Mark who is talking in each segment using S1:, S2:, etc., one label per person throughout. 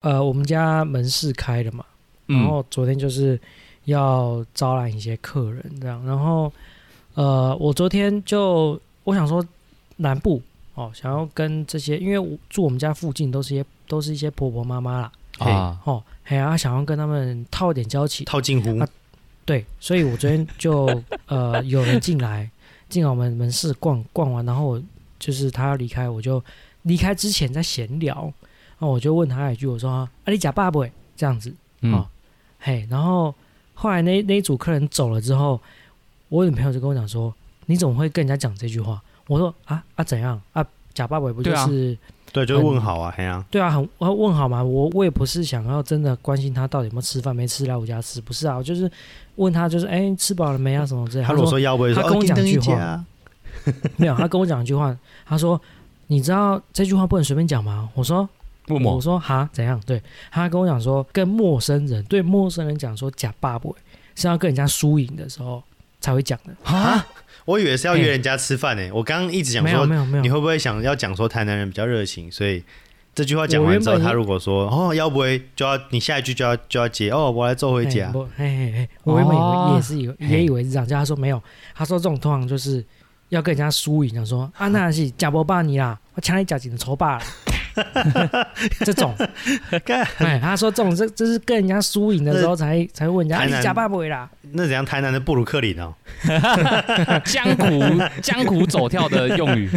S1: 呃，我们家门市开了嘛，然
S2: 嗯
S1: 后昨天就是要招揽一些客人这样，然后呃，我昨天就我想说南部哦，想要跟这些，因为我住我们家附近都是一些都是一些婆婆妈妈啦，
S2: 嘿
S3: 啊，
S1: 哦，嘿啊，想要跟他们套一点交情，
S2: 套近乎
S1: 啊对，所以我昨天就呃有人进来，进来我们门市逛逛完，然后我就是他要离开，我就离开之前在闲聊，然后我就问他一句，我说啊你假爸不？这样子，
S3: 嗯
S1: 哦，嘿，然后后来那那一组客人走了之后，我女朋友就跟我讲说，你怎么会跟人家讲这句话？我说啊啊怎样啊？假爸爸不就
S3: 对啊
S1: 是
S2: 对，就是问好啊，嘿啊，
S1: 对啊，很我问好嘛，我我也不是想要真的关心他到底有没有吃饭，没吃来我家吃，不是啊，我就是问他就是哎、吃饱了没啊什么之类的。
S2: 他
S1: 他
S2: 如果说要不会说
S1: 他跟我
S2: 哦
S1: 讲
S2: 叮当
S1: 句话
S2: 姐啊
S1: 没有，他跟我讲一句话，他说你知道这句话不能随便讲吗？我说
S3: 问
S1: 我
S3: 我
S1: 说哈怎样？对，他跟我讲说跟陌生人对陌生人讲说假爸爸是要跟人家输赢的时候才会讲的，
S3: 啊，
S2: 我以为是要约人家吃饭呢，我刚刚一直想
S1: 没有
S2: 说
S1: 没有没有
S2: 你，会不会想要讲说台南人比较热情，所以这句话讲完之后，
S1: 我原本
S2: 他如果说哦要不会就要你下一句就要就要接哦我来做回
S1: 哎
S2: 家，
S1: 不嘿嘿嘿，我原本以为
S3: 哦
S1: 也是以为、也以为是这样，叫他说没有，他说这种通常就是要跟人家输赢，讲说啊那是假伯爸你啦，我抢你假几的仇爸啦， 这种，
S2: 干
S1: 哎，他说这种这这是跟人家输赢的时候才才问人家、啊、
S2: 台
S1: 你
S2: 南
S1: 假爸不啦，
S2: 那怎样台南的布鲁克林哦，
S3: 江湖江湖走跳的用语，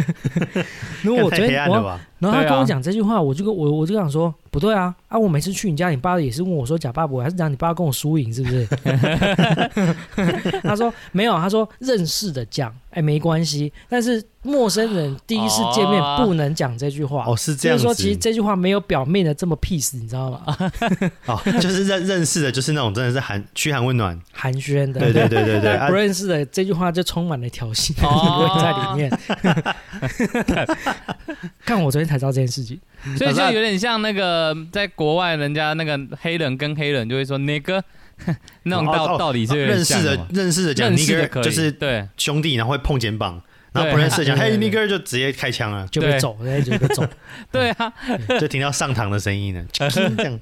S1: 如果我昨
S2: 干太黑
S1: 天
S2: 暗
S1: 我
S2: 了吧？
S1: 然后
S3: 对
S1: 他
S3: 啊
S1: 跟我讲这句话，我就跟我我就想说，不对啊啊！我每次去你家，你爸也是问我说假爸爸，还是讲你爸跟我输赢是不是？ 他说没有，他说认识的讲，哎没关系，但是陌生人第一次见面
S3: 哦
S1: 不能讲这句话。
S2: 哦是
S1: 就
S2: 这样
S1: 是
S2: 子，
S1: 说，其实这句话没有表面的这么 peace，你知道吗？
S2: 哦就是认认识的，就是那种真的是寒嘘寒问暖，
S1: 寒暄的，
S2: 对对对对对，
S1: 但
S2: 啊
S1: 不认识的这句话就充满了挑衅的
S3: 哦
S1: 意味在里面。 看我昨天才知道这件事情，
S3: 所以就有点像那个在国外人家那个黑人跟黑人就会说那个 那种
S2: 哦
S3: 道
S2: 哦
S3: 道理是有点
S2: 认识
S3: 像
S2: 的
S3: 嘛
S2: 啊认识的讲
S3: 认识
S2: nigger
S3: 的可以，
S2: 就是嗯
S3: 对
S2: 兄弟，然后会碰肩膀，然后
S3: 对
S2: 不认识的讲
S1: 对
S2: 嘿
S1: 对
S2: nigger 就直接开枪了，
S1: 就被
S3: 对
S1: 走，然后就被走。
S3: 对啊，
S2: 就听到上膛的声音了，这样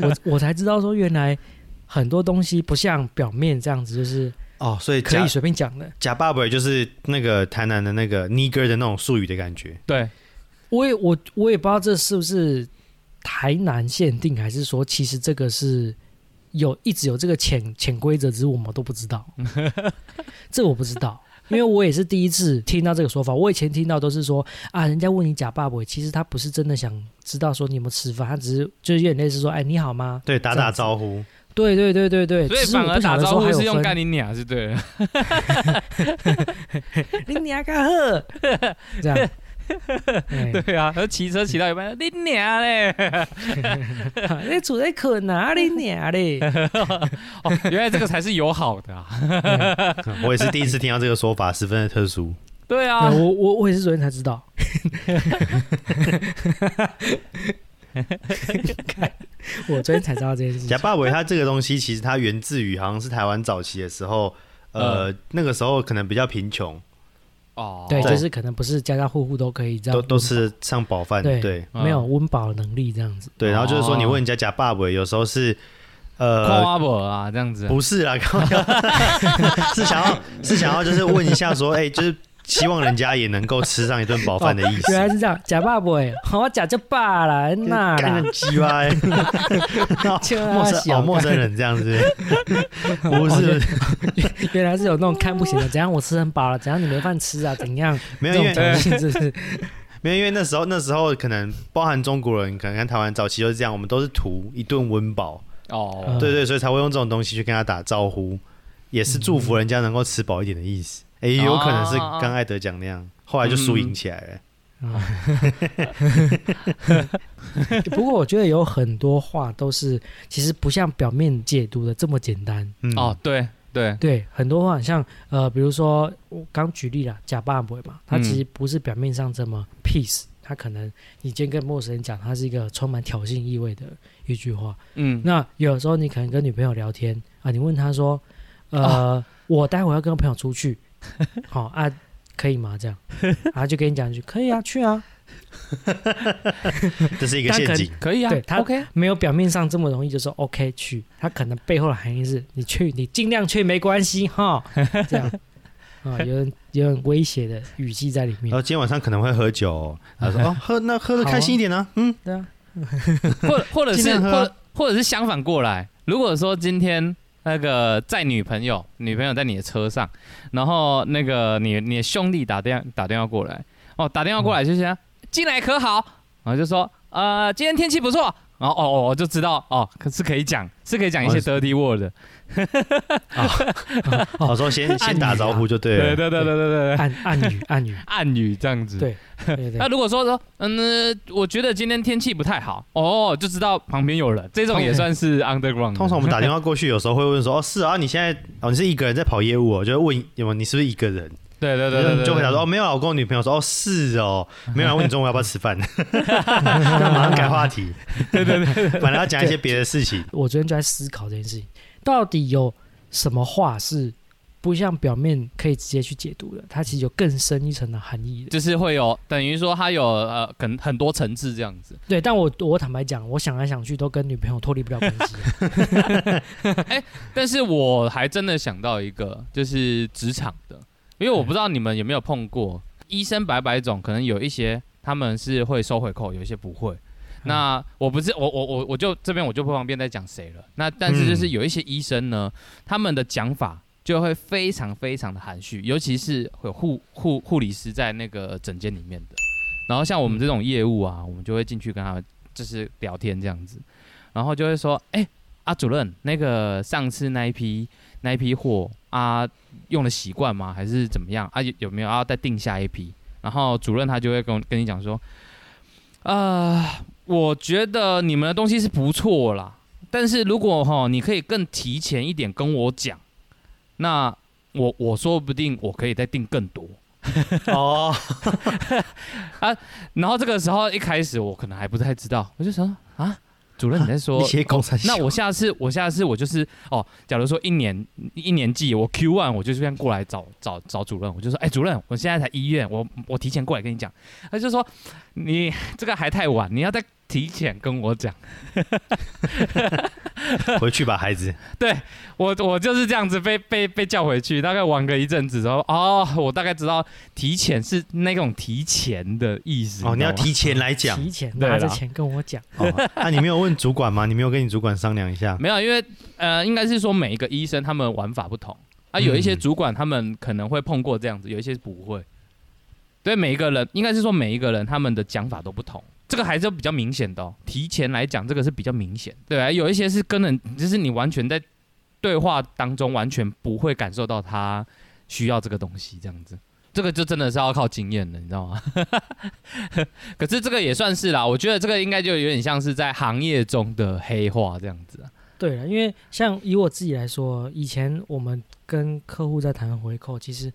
S1: 我 我才知道说，原来很多东西不像表面这样子，就是
S2: 哦，所以
S1: 可
S2: 假
S1: 以随便讲的。
S2: 假爸爸就是那个台南的那个 nigger 的那种术语的感觉，
S3: 对，
S1: 我也我我也不知道这是不是台南限定，还是说其实这个是有一直有这个潜潜规则，只是我们都不知 道。这我不知道。因为我也是第一次听到这个说法，我以前听到都是说啊，人家问你假爸爸，其实他不是真的想知道说你有没有吃饭，他只是就是有点类似说，哎，你好吗？
S2: 对，打
S1: 这
S2: 打
S1: 样子
S2: 招呼，
S1: 对对对对对，
S3: 所以
S1: 其实我
S3: 反而
S1: 不晓
S3: 打
S1: 得
S3: 招
S1: 说还
S3: 呼
S1: 有
S3: 是用
S1: 分
S3: 干你娘是对的，
S1: 你娘个呵， 这样。哎
S3: 对啊，而骑车骑到一半，你娘嘞！
S1: 你住在困哪里娘嘞？
S3: 哦，原来这个才是友好的啊！
S1: 哎
S2: 嗯我也是第一次听到这个说法，十分的特殊。
S3: 对啊，
S1: 我我我也是昨天才知道。 我昨天才知道这件事
S2: 假
S1: 情。
S2: 爸伟它这个东西，其实它源自于好像是台湾早期的时候，呃，那个时候可能比较贫穷，
S3: 哦，
S1: 对，
S2: 对
S1: 就是可能不是家家户户都可以这样，
S2: 都都吃上饱饭，
S1: 对
S2: 对
S3: 嗯
S1: 没有温饱能力这样 子。
S2: 对。然后就是说，
S3: 哦
S2: 你问人家假爸伟，有时候是
S3: 夸
S2: 呃，
S3: 花伯啊，这样子啊，
S2: 不是啦， 靠是想要是想要就是问一下说，哎，就是希望人家也能够吃上一顿饱饭的意
S1: 原来
S2: 思。
S1: 是这样，假爸爸哎，好假就爸啦，那
S2: 干
S1: 啦
S2: 人，鸡巴，欸
S1: 就
S2: 陌
S1: 啊
S2: 生哦，
S1: 小哦
S2: 陌生人这样子， 不是
S1: 原来是有那种看不起的，怎样我吃很饱了，怎样你没饭吃啊，怎样
S2: 没
S1: 这
S2: 有，因
S1: 种
S2: 为
S1: 挑衅是不是？
S2: 没有，因为那时候那时候可能包含中国人，可能看台湾早期就是这样，我们都是图一顿温饱，
S3: 哦
S1: 嗯，
S2: 对对，所以才会用这种东西去跟他打招呼，也是祝福人家能够吃饱一点的意思。哎、有可能是刚艾德讲那
S1: 哦
S2: 样，后来就输赢起来了。
S1: 啊， 不过我觉得有很多话都是其实不像表面解读的这么简单。
S2: 嗯，
S3: 哦，对对，
S1: 对，很多话像呃，比如说我刚举例了，假爸爸嘛，他其实不是表面上这么 peace，他可能你今天跟陌生人讲，他是一个充满挑衅意味的一句话。
S3: 嗯，
S1: 那有时候你可能跟女朋友聊天啊，你问她说，呃，我待会要跟朋友出去，好、啊，可以吗？这样，然后就跟你讲一句，可以啊，去啊，
S2: 这是一个陷阱。
S3: 可以啊，
S1: 对他
S3: OK
S1: 没有表面上这么容易就说 OK 去，他可能背后的含义是你去，你尽量去没关系 哈，这样啊、有人有点威胁的语气在里
S2: 然
S1: 面。
S2: 后今天晚上可能会喝酒哦，他 说：“哦，喝那喝的
S1: 好啊
S2: 开心一点啊。”嗯，
S1: 对啊，
S3: 或或者
S2: 尽
S3: 是
S2: 量喝啊
S3: 或或者是相反过来，如果说今天那个载女朋友，女朋友在你的车上，然后那个你你的兄弟打电打电话过来，哦，打电话过来就是啊进来可好，然后就说呃今天天气不错，然后哦哦我就知道哦，可是可以讲是可以讲一些
S2: 哦
S3: dirty word 的，
S1: 哦
S2: 我 说先先打
S1: 啊
S2: 招呼就对
S3: 对
S2: 了。
S3: 对对对对对，
S1: 暗暗语暗语，
S3: 暗语这样子。
S1: 对对
S3: 那
S1: 对，
S3: 如果说说，嗯、呃我觉得今天天气不太好，哦，就知道旁边有人，这种也算是 underground 的。
S2: 通常我们打电话过去，有时候会问说：“哦，是啊，你现在哦，你是一个人在跑业务哦？”就会问有没有你是不是一个 人？
S3: 对对对对对，
S2: 就回答
S3: 对
S2: 说：“哦，没有啊，我跟我女朋友说，哦，是哦，没有人问你中午要不要吃 饭，那马上改话题。”对对对，本来要讲一些别的事情，
S1: 我昨天就在思考这件事情，到底有什么话是不像表面可以直接去解读的，它其实有更深一层的含义的。
S3: 就是会有等于说它有呃，可能很多层次这样子。
S1: 对，但我我坦白讲，我想来想去都跟女朋友脱离不了关 系啊。
S3: 但是我还真的想到一个，就是职场的，因为我不知道你们有没有碰过医生百百种，可能有一些他们是会收回扣，有一些不会。那我不是我我我我就这边我就不方便再讲谁了。那但是就是有一些医生呢，他们的讲法就会非常非常的含蓄，尤其是有护护护理师在那个诊间里面的。然后像我们这种业务啊，我们就会进去跟他们就是聊天这样子，然后就会说，哎、啊主任，那个上次那一批那一批货啊，用的习惯吗？还是怎么样啊？有有没有要再订下一批？然后主任他就会跟我跟你讲说，呃，我觉得你们的东西是不错啦，但是如果哈你可以更提前一点跟我讲，那我我说不定我可以再订更多。
S2: 哦，
S3: 然后这个时候一开始我可能还不太知道，我就想说啊，主任你在说
S2: 你写公司，
S3: 那我下次，我下次我就是哦，假如说一年一年季，我 Q one 我就这样过来找找找主任，我就说，哎、主任，我现在才医院，我我提前过来跟你讲，他就说你这个还太晚，你要再提前跟我讲。
S2: 回去吧，孩子。
S3: 我我就是这样子被被被叫回去，大概玩个一阵子之后，哦，我大概知道提前是那种提前的意思。
S2: 哦，你要
S3: 知道吗
S2: 提前来讲。
S1: 提前
S3: 对啦
S1: 拿着钱跟我讲，
S2: 哦，那、你没有问主管吗？你没有跟你主管商量一下？
S3: 没有，因为呃，应该是说每一个医生他们玩法不同啊，有一些
S2: 嗯
S3: 主管他们可能会碰过这样子，有一些不会。对每一个人，应该是说每一个人他们的讲法都不同，这个还是比较明显的、哦。提前来讲，这个是比较明显，对、啊，有一些是跟人，就是你完全在对话当中完全不会感受到他需要这个东西，这样子，这个就真的是要靠经验了，你知道吗？ 可是这个也算是啦，我觉得这个应该就有点像是在行业中的黑化这样子啊。
S1: 对了，因为像以我自己来说，以前我们跟客户在谈回扣，其实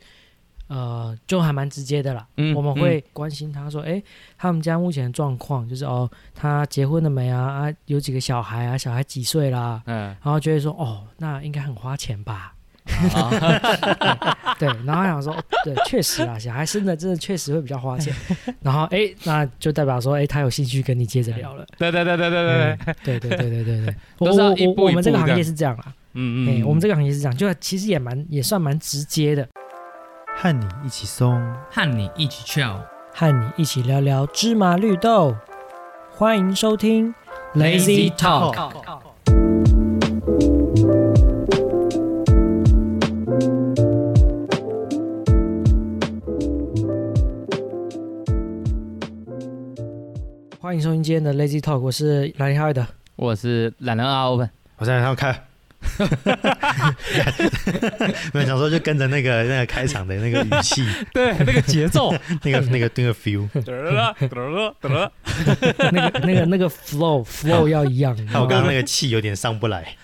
S1: 呃就还蛮直接的啦。
S3: 嗯
S1: 我们会关心他说，哎、他们家目前的状况就是哦，他结婚了没啊？啊，有几个小孩啊？小孩几岁啦？
S3: 嗯，
S1: 然后就会说，哦，那应该很花钱吧？
S3: 啊
S1: 对，然后想说，哦对，确实啊，小孩生的真的确实会比较花钱。然后哎、那就代表说，哎、他有兴趣跟你接着聊 了。
S3: 对对对对对对对，
S1: 嗯对对对对对 对，
S3: 都
S1: 我
S3: 是要
S1: 我
S3: 一步
S1: 我我们这个
S3: 一步这
S1: 行业
S3: 样
S1: 是这样啦。
S3: 嗯
S1: 哎、我们这
S3: 这
S1: 个行业是这样，就其实也蛮也算蛮直接的，
S2: 和你一起松。
S3: 和你一起 chill，
S1: 和你一起聊聊芝麻绿豆。欢迎收听
S3: Lazy Talk
S1: Talk。欢迎收听今天的 Lazy Talk，我是兰尼哈维 德。
S3: 我是懒人阿欧本，
S2: 我在想看， 没有想说就跟着那个那个开场的那个语气，
S3: 对那个节 奏，
S2: 那个那个那个 feel。
S3: 得了得了得了，
S1: 那个、那个、那个 flow flow 要一样。你知
S2: 还有
S1: 道
S2: 我刚
S1: 吗
S2: 刚那个气有点上不来，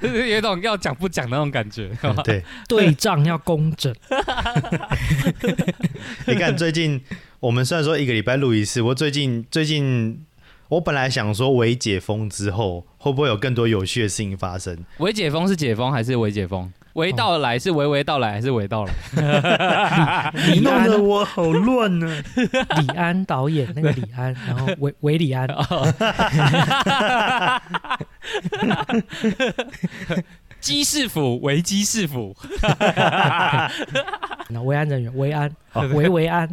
S3: 就是有一种要讲不讲的那种感觉。
S2: 嗯对。
S1: 对仗要工 整，
S2: 你看最近我们虽然说一个礼拜录一次，我最近最近我本来想说，微解封之后会不会有更多有趣的事情发生？
S3: 微解封是解封还是微解封？微到来是娓娓道来还是娓道来？
S1: 李安
S2: 我好乱啊呢、
S1: 李安导演那个李安，然后韦韦礼 安，
S3: 哦鸡市府为鸡市府，
S1: 那维安人员维安啊维维 安，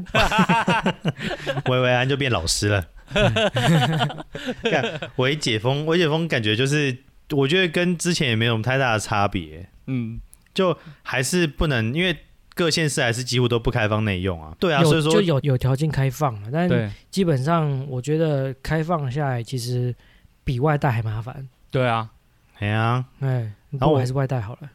S2: 维维安就变老师了。 看微解封，微解封感觉就是，我觉得跟之前也没有什么太大的差别，
S3: 嗯，
S2: 就还是不能，因为各县市还是几乎都不开放内用啊。对啊，所
S1: 有
S2: 以
S1: 就
S2: 说
S1: 有有条件开放了，但
S3: 对
S1: 基本上我觉得开放下来其实比外带还麻烦，
S3: 对啊，
S2: 哎呀，
S1: 哎，不
S2: 然后
S1: 如
S2: 我
S1: 还是外带好了。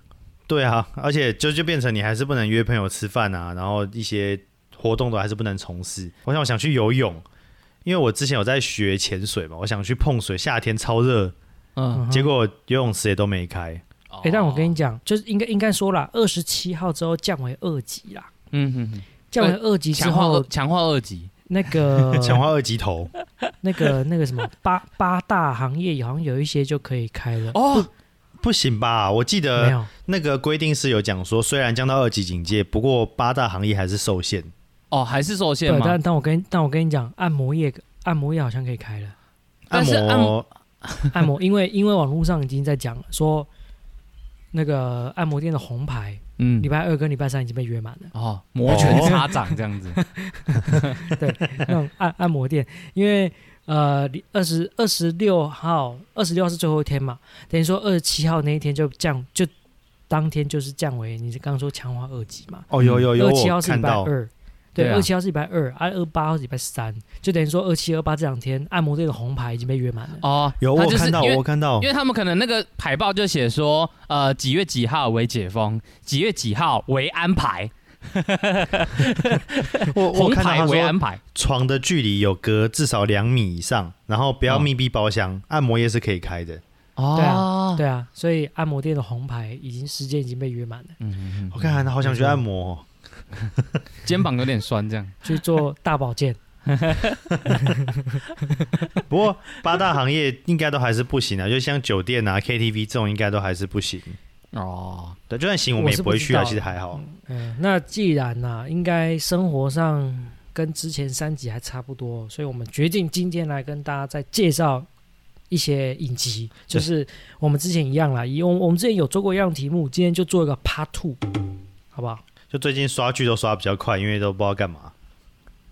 S2: 对啊，而且就就变成你还是不能约朋友吃饭啊，然后一些活动都还是不能从事。我想我想去游泳，因为我之前有在学潜水嘛，我想去碰水，夏天超热，
S3: 嗯，哦
S1: 嗯
S2: 结果游泳池也都没开。
S1: 哎，但我跟你
S3: 你，
S1: 讲，就是应该应该说啦，二十七号之后降为二级啦，
S3: 嗯哼哼，
S1: 降为二级之
S3: 强化二
S1: 后，
S3: 强化二级，
S1: 那个
S2: 强化二级头，
S1: 那个那个什么八八大行业好像有一些就可以开了，
S3: 哦，
S2: 不行吧？我记
S1: 没
S2: 得
S1: 有，
S2: 那个规定是有讲说，虽然降到二级警戒，不过八大行业还是受限。
S3: 哦，还是受限
S1: 对，
S3: 吗
S1: 但？但我跟但我跟你讲，按摩业按摩业好像可以开了，
S2: 按
S3: 但是
S2: 摩
S1: 按摩，因为因为网络上已经在讲了，说那个按摩店的红牌，
S3: 嗯。
S1: 礼，拜二跟礼拜三已经被约满了
S3: 哦，摩拳擦掌这样子，
S1: 那种按按摩店，因为呃，二十二十六号，二十六号是最后一天嘛，等于说二十七号那一天就降，就当天就是降为你刚刚说强化二级嘛，
S2: 哦，有有有，
S1: 嗯二七
S2: 我
S1: 号是
S2: 看
S1: 礼拜
S2: 到，
S1: 二。对，
S3: 对啊
S1: 二七号是礼拜二，啊，二八号是礼拜三，就等于说二七、二八这两天，按摩店的红牌已经被约满了。
S3: 哦，
S2: 有
S3: 他
S2: 我
S3: 就是
S2: 看到，
S3: 因为
S2: 我看到
S3: 因，为他们可能那个海报就写说，呃，几月几号为解封，几月几号为安排，
S2: 我我
S3: 红
S2: 看到
S3: 牌
S2: 他
S3: 为
S2: 说
S3: 安排，
S2: 床的距离有隔至少两米以上，然后不要
S3: 嗯
S2: 密闭包厢，按摩也是可以开的。
S1: 对
S3: 哦，
S1: 对啊，所以按摩店的红牌已经时间已经被约满了，
S3: 嗯，嗯
S2: 我看好想去按摩哦，
S3: 嗯肩膀有点酸这样，
S1: 去做大保健。
S2: 不过八大行业应该都还是不行啊，就像酒店啊、KTV 这种应该都还是不行。
S3: 哦，
S2: 对，就算行，
S1: 我
S2: 我们也
S1: 是
S2: 不会
S1: 不知
S2: 去啊，
S1: 道
S2: 其实还好。
S1: 嗯，那既然呐、应该生活上跟之前三集还差不多，所以我们决定今天来跟大家再介绍一些影集，就是我们之前一样啦，以我我们之前有做过一样题目，今天就做一个 Part Two，好不好？
S2: 就最近刷剧都刷比较快，因为都不知道 干嘛。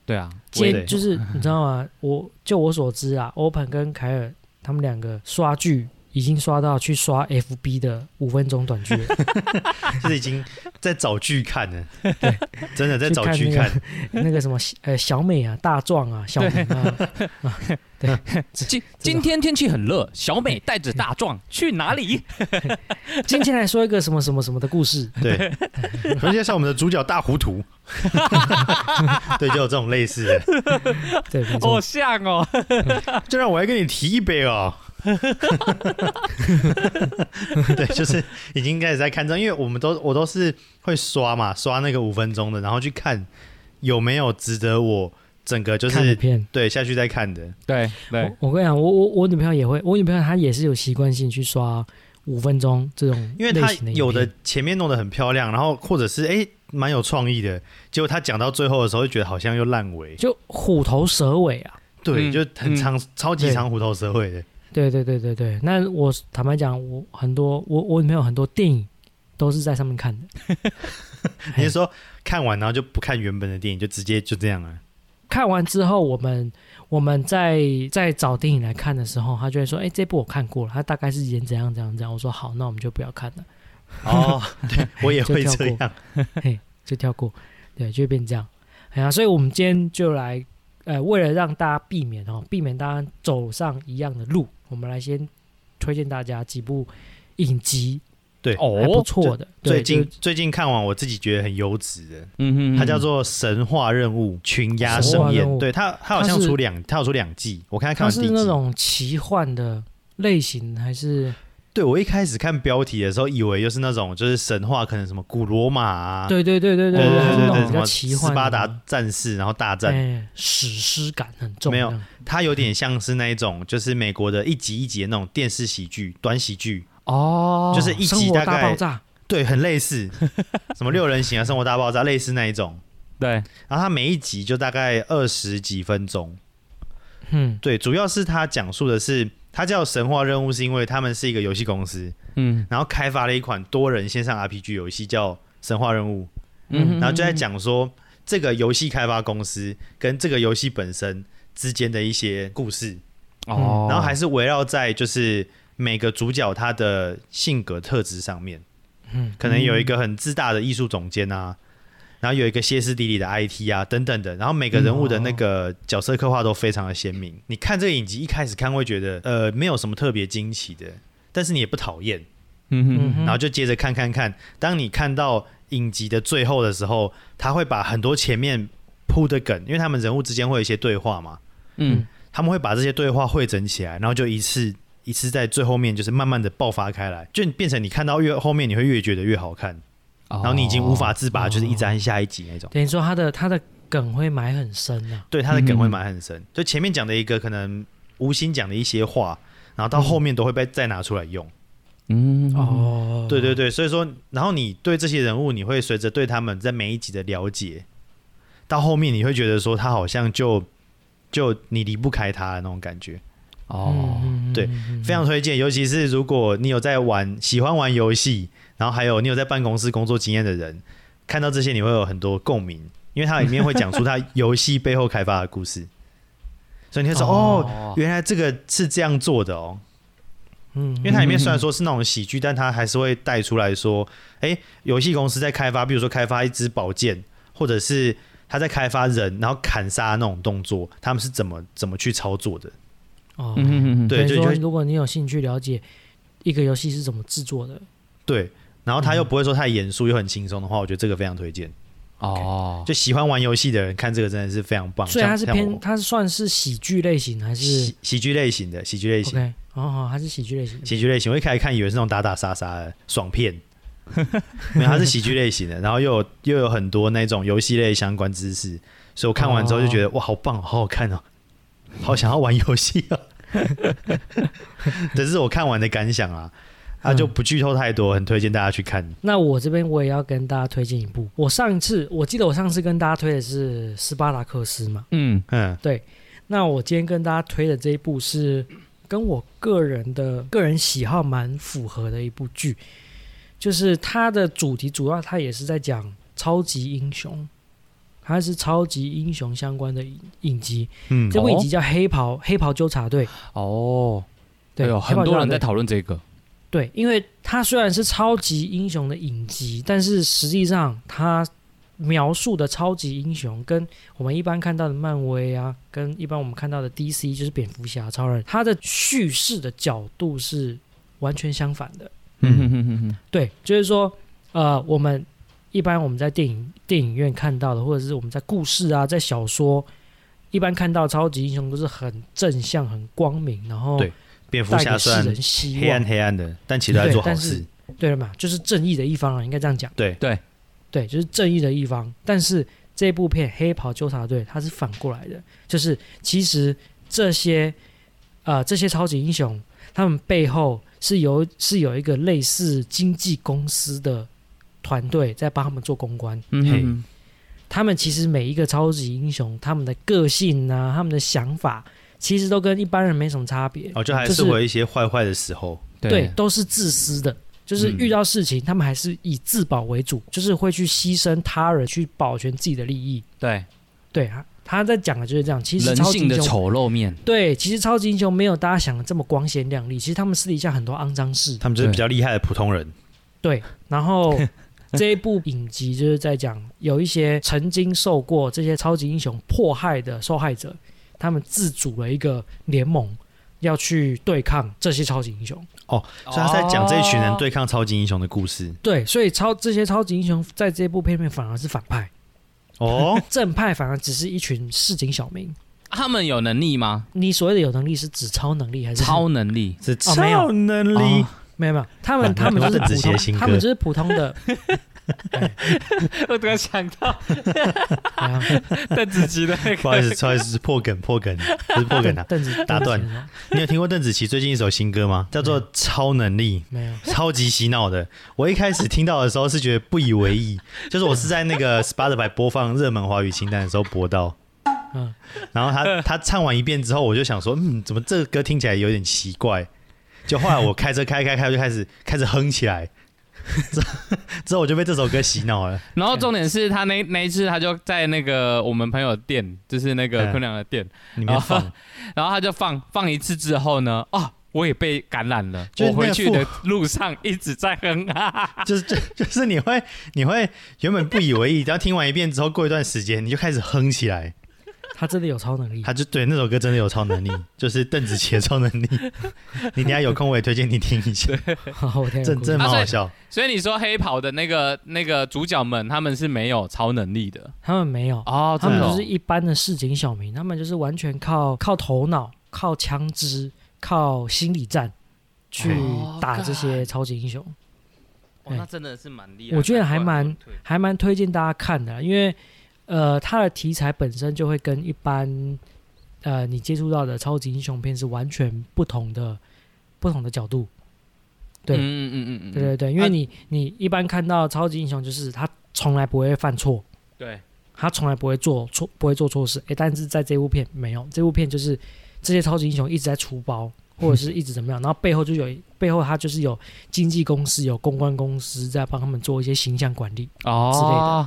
S3: 对啊，
S2: 我也
S1: 接 就是你知道吗？我就我所知啊，Open 跟凯尔他们两个刷剧已经刷到去刷 FB 的五分钟短剧了，
S2: 就是已经在找剧看了，真的在
S1: 去
S2: 找
S1: 看
S2: 剧
S1: 那个
S2: 看，
S1: 那个什么呃小美啊、大壮啊、小明啊，
S3: 今今天天气很热，小美带着大
S2: 嗯
S3: 壮去哪里？
S1: 今天来说一个什么什么什么的故事，
S2: 对， 而且像我们的主角大 糊涂， 对，就有这种类似的，
S1: 对，没错
S3: 好像哦，
S2: 就让我来跟你提一 杯哦。对，就是已经开始在看这，因为我们都我都是会刷嘛，刷那个五分钟的，然后去看有没有值得我整个就
S1: 看影
S2: 是
S1: 片。
S2: 对下去再看的。
S3: 对对，
S1: 我我跟你讲，我我我女朋友也会，我女朋友她也是有习惯性去刷五分钟这种
S2: 因为
S1: 类
S2: 他
S1: 型的影
S2: 有的
S1: 片
S2: 前面弄得很漂亮，然后或者是哎蛮、有创意的，结果他讲到最后的时候，就觉得好像又烂尾，
S1: 就虎头蛇尾啊。
S2: 对，
S3: 嗯
S2: 就很长，超级
S1: 对
S2: 长虎头蛇尾的。
S1: 对对对对对，那我坦白讲，我很多我我女朋友很多电影都是在上面看的。
S2: 你是说看完然后就不看原本的电影，就直接就这样啊？
S1: 看完之后，我们我们在在找电影来看的时候，他就会说：“哎、这部我看过了，他大概是演怎样怎样怎样。”我说：“好，那我们就不要看了，
S2: 哦， 对，我也会
S1: 就跳
S2: 这
S1: 过
S2: 样。
S1: 就跳过。”对，就会变这样。哎呀，所以我们今天就来，呃，为了让大家避免哦，避免大家走上一样的路，我们来先推荐大家几部影集还不
S3: 哦，
S1: 错的。对
S2: 最近
S1: 就
S2: 最近看完，我自己觉得很优质的，
S3: 嗯
S2: 它叫做《神话任务：群鸦
S1: 神话
S2: 盛宴
S1: 任务》。
S2: 对它，它好
S1: 它
S2: 像
S1: 是
S2: 出两，它有出两季，我看它看
S1: 它
S2: 完第
S1: 是
S2: 一
S1: 那
S2: 季。
S1: 种奇幻的类型还是
S2: 对我一开始看标题的时候，以为又是那种就是神话，可能什么古罗马啊，
S1: 对对对对
S2: 对
S1: 对
S2: 对
S1: 就是
S2: 对
S1: 那种
S2: 对，什
S1: 比较
S2: 么
S1: 奇幻
S2: 斯
S1: 的
S2: 巴达战士，然后大战，
S1: 哎史诗感很重，
S2: 没有
S1: 这样
S2: 它有点像是那一种就是美国的一集一集的那种电视喜剧、短喜剧，
S3: 哦，
S2: 就是一
S1: 生
S2: 集
S1: 活
S2: 大
S1: 大
S2: 概
S1: 爆炸，
S2: 对，很 类似，什么六人行啊、生活大爆炸类似那一种。
S3: 对，
S2: 然后它每一集就大概二十几分钟，
S1: 嗯
S2: 对，主要是它讲述的是它叫神话任务，是因为他们是一个游戏公司，
S3: 嗯
S2: 然后开发了一款多人线上 RPG 游戏叫《神话任务》，
S1: 嗯
S2: 然后就在讲说这个游戏开发公司跟这个游戏本身之间的一些故事，
S3: 哦，
S2: 然后还是围绕在就是每个主角他的性格特质上面，
S1: 嗯
S2: 可能有一个很自大的艺术总监啊，然后有一个歇斯底里的 IT 啊等等的，然后每个人物的那个角色刻画都非常的鲜明。你看这个影集一开始看会觉得呃没有什么特别惊奇的，但是你也不讨厌，
S3: 嗯哼
S1: 嗯
S3: 哼
S1: 哼，
S2: 然后就接着看看看。当你看到影集的最后的时候，他会把很多前面铺的梗，因为他们人物之间会有一些对话嘛，
S3: 嗯
S2: 他们会把这些对话汇整起来，然后就一次一次在最后面就是慢慢的爆发开来，就变成你看到越后面你会越觉得越好看，
S3: 哦
S2: 然后你已经无法自拔，
S1: 哦
S2: 就是一直按下一集那种。
S1: 等于说他的他的梗会埋很深啊，
S2: 对他的梗会埋很深，就前面讲的一个可能无心讲的一些话，然后到后面都会被再拿出来用。
S3: 嗯哦
S1: 哦，
S2: 对对对，所以说，然后你对这些人物，你会随着对他们在每一集的了解，到后面你会觉得说他好像就就你离不开他的那种感觉。
S3: 哦，
S2: 对，非常推荐，尤其是如果你有在玩、喜欢玩游戏，然后还有你有在办公室工作经验的人，看到这些你会有很多共鸣，因为它里面会讲出它游戏背后开发的故事，所以你会说
S3: 嗯
S2: 哦原来这个是这样做的哦。
S1: 嗯，
S2: 因
S1: 因
S2: 为它里面虽然说是那种喜剧，但它还是会带出来说，哎，游戏公司在开发，比如说开发一支宝剑，或者是他在开发人，然后砍杀那种动作，他们是怎么怎么去操作的？
S1: 哦，
S3: 嗯哼哼，
S2: 对，
S1: 等
S2: 就
S1: 于
S2: 就
S1: 说
S2: 会
S1: 如果你有兴趣了解一个游戏是怎么制作的，
S2: 哦对，然后他又不会说太严肃，又很轻松的话，我觉得这个非常推荐。
S3: 哦，
S2: 就喜欢玩游戏的人看这个真的是非常棒。
S1: 所以它
S2: 像
S1: 是
S2: 像
S1: 偏
S2: 我
S1: 它是算是喜剧类型还是
S2: 喜喜剧类型的，喜剧类型，
S1: OK？哦好，它是喜剧类型的，
S2: 喜剧类型。我一开始看以为是那种打打杀杀的爽片，没有，它是喜剧类型的，然后又有又有很多那种游戏类相关知识，所以我看完之后就觉得、哇，好棒，好好看哦，好想要玩游戏哦。 这是我看完的感想啊，啊
S1: 嗯
S2: 就不剧透太多，很推荐大家去看。
S1: 那我这边我也要跟大家推荐一部，我上一次我记得我上次跟大家推的是《斯巴达克斯》嘛，
S3: 嗯
S2: 嗯
S1: 那我今天跟大家推的这一部是跟我个人的个人喜好蛮符合的一部剧，就是它的主题主要它也是在讲超级英雄，它是超级英雄相关的影影集，
S2: 嗯，
S1: 这部
S3: 哦
S1: 影集叫《黑袍黑袍纠察队》，
S3: 哦，
S1: 对，
S3: 有
S1: 黑
S3: 很
S1: 袍纠察队
S3: 多人在讨论这个，
S1: 对，因为它虽然是超级英雄的影集，但是实际上它描述的超级英雄跟我们一般看到的漫威啊，跟一般我们看到的 DC 就是蝙蝠侠、超人，它的叙事的角度是完全相反的。
S3: 嗯哼哼哼哼，
S1: 对，就是说，呃，我们一般我们在电影电影院看到的，或者是我们在故事啊，在小说一般看到超级英雄都是很正向、很光明，然后
S2: 对蝙蝠
S1: 带
S2: 侠
S1: 给世
S2: 虽然
S1: 人希望。
S2: 黑暗黑暗的，但其实他在
S1: 对
S2: 做好
S1: 但是
S2: 事。
S1: 对了嘛，就是正义的一方啊，应该这样讲。
S2: 对
S3: 对
S1: 对，就是正义的一方。但是这部片《黑袍纠察队》它是反过来的，就是其实这些呃这些超级英雄，他们背后是由是有一个类似经纪公司的团队在帮他们做公关。
S3: 嗯
S2: 嘿
S3: 哼
S1: 他们其实每一个超级英雄，他们的个性啊，他们的想法，其实都跟一般人没什么差别。
S2: 哦，就还
S1: 就是
S2: 会有一些坏坏的时候，
S3: 哼
S1: 对，，都是自私的，就是
S3: 嗯
S1: 遇到事情，他们还是以自保为主，就是会去牺牲他人去保全自己的利益。
S3: 对，
S1: 对啊，他在讲的就是这样。其实
S3: 人
S1: 超级
S3: 性的
S1: 英雄，
S3: 丑陋面，
S1: 对，其实超级英雄没有大家想的这么光鲜亮丽，其实他们私底下很多肮脏事。
S2: 他们就是比较厉害的普通人。
S1: 然 后这一部影集就是在讲有一些曾经受过这些超级英雄迫害的受害者，他们自组了一个联盟，要去对抗这些超级英雄。
S2: 所以他在讲这一群人
S3: 哦
S2: 对抗超级英雄的故事。
S1: 对，所以超这些超级英雄在这部片里面反而是反派。
S2: 哦，
S1: 正派反而只是一群市井小民。
S3: 他们 有能力吗？
S1: 你所谓的有能力是指超能力还是
S3: 超能力
S2: 是
S1: 哦没有
S2: 能力
S3: 哦
S1: 没有没有，他们
S2: 啊
S1: 他们就是
S2: 邓紫棋的
S1: 普
S2: 新
S1: 通，
S2: 歌
S1: 他们就是普通 的，
S3: 我突然想到
S1: 哎呀
S3: 邓紫棋的那
S2: 不好意
S3: 个，
S2: 思，不好意思，破梗破梗，不是破梗啊！
S1: 邓紫
S2: 打断
S1: 邓紫棋
S2: 你有听过邓紫棋最近一首新歌吗？叫做《超能力》。
S1: 没有，
S2: 超级洗脑的。我一开始听到的时候是觉得不以为意，就是我是在那个 Spotify 播放热门华语清单的时候播到，
S1: 嗯
S2: 然后他他唱完一遍之后，我就想说，嗯，怎么这个歌听起来有点奇怪？就后来我开车开开开，我就开始开始哼起来， 之之后我就被这首歌洗脑了。
S3: 然后重点是他那那一次他就在那个我们朋友店，就是那个
S2: 嗯
S3: 坤良的店，
S2: 里面放，
S3: 然后他就放放一次之后呢，啊，我也被感染了，
S2: 就是
S3: 我
S2: 那个
S3: 回去
S2: 复
S3: 的路上一直在哼啊，
S2: 就是就就是你会你会原本不以为意，然后听完一遍之后，过一段时间你就开始哼起来。
S1: 他真的有超能力，
S2: 他就对那首歌真的有超 能力，就是邓紫棋的超能力。你等一下有空我也推荐你听一下，
S1: 好，我听
S2: 真真蛮好笑。
S3: 所以你说黑袍的那个那个主角们他们是没有超能力的
S1: 他们没有，
S3: 哦，
S1: 他
S3: 真
S1: 们
S3: 的
S1: 就
S3: 哦
S1: 是一般的市井小民，他们就是完全靠靠头脑、靠枪支、靠心理战去
S2: Oh，
S3: 哦
S1: 打
S3: 干
S1: 这些超级英雄，
S3: 哦那真的是蛮厉害，
S1: 哎我觉得还蛮
S3: 难怪
S1: 还蛮推荐大家看的啦，因为呃，它的题材本身就会跟一般呃你接触到的超级英雄片是完全不同的不同的角度。
S3: 我
S1: 对
S3: 很推嗯嗯嗯嗯嗯，
S1: 对对对，因
S3: 啊
S1: 为你、你一般看到超级英雄就是他从来不会犯错，
S3: 对，
S1: 他从来不会做错，不会做错事。诶，但是在这部片没有，这部片就是这些超级英雄一直在出包，或者是一直怎么样，然后背后就有背后他就是有经纪公司、有公关公司在帮他们做一些形象管理。
S3: 哦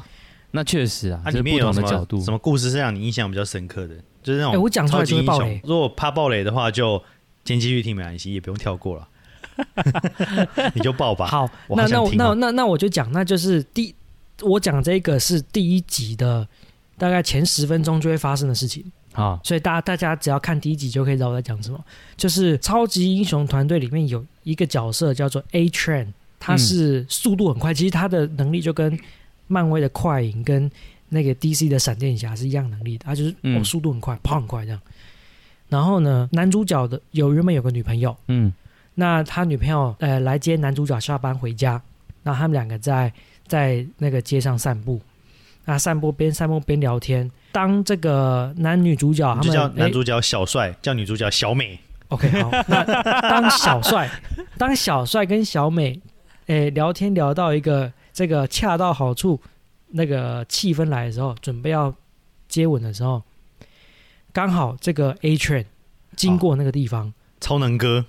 S3: 那确实啊，
S2: 它、
S3: 这
S2: 里
S3: 是
S2: 面
S3: 不
S2: 有
S3: 同
S2: 什
S3: 的
S2: 么
S3: 角度
S2: 什么故事是让你印象比较深刻的？就是那
S1: 诶，
S2: 种
S1: 哎我讲出
S2: 哦超
S1: 来
S2: 级
S1: 就会
S2: 英
S1: 爆
S2: 雄
S1: 雷。。
S2: 如果怕暴雷的话，就先继续听没关系，也不用跳 过了，你就爆吧。
S1: 好，
S2: 我
S1: 那那
S2: 好想
S1: 我
S2: 听
S1: 那
S2: 哦
S1: 那那我就讲，那就是第我讲这个是第一集的大概前十分钟就会发生的事情。
S3: 啊，
S1: 所以大家大家只要看第一集就可以知道我在讲什么。就是超级英雄团队里面有一个角色叫做 A Train，他
S2: 嗯
S1: 是速度很快，其实他的能力就跟漫威的快银跟那个 DC 的闪电侠是一样能力的，他就是、
S3: 嗯
S1: 哦速度很快，跑很快这样。然后呢，男主角的有原本有个女朋友，
S3: 嗯
S1: 那他女朋友呃来接男主角下班回家，那他们两个在在那个街上散步，那散步边散步边聊天。当这个男女主角他
S2: 你就
S1: 们哎
S2: 叫男
S1: 诶
S2: 主角小帅，叫女主角小美。
S1: OK，好，那当小 帅，当小帅跟小美，诶、聊天聊到一个这个恰到好处，那个气氛来的时候，准备要接吻的时候，刚好这个 A train 经过那个地 方，
S2: 超能哥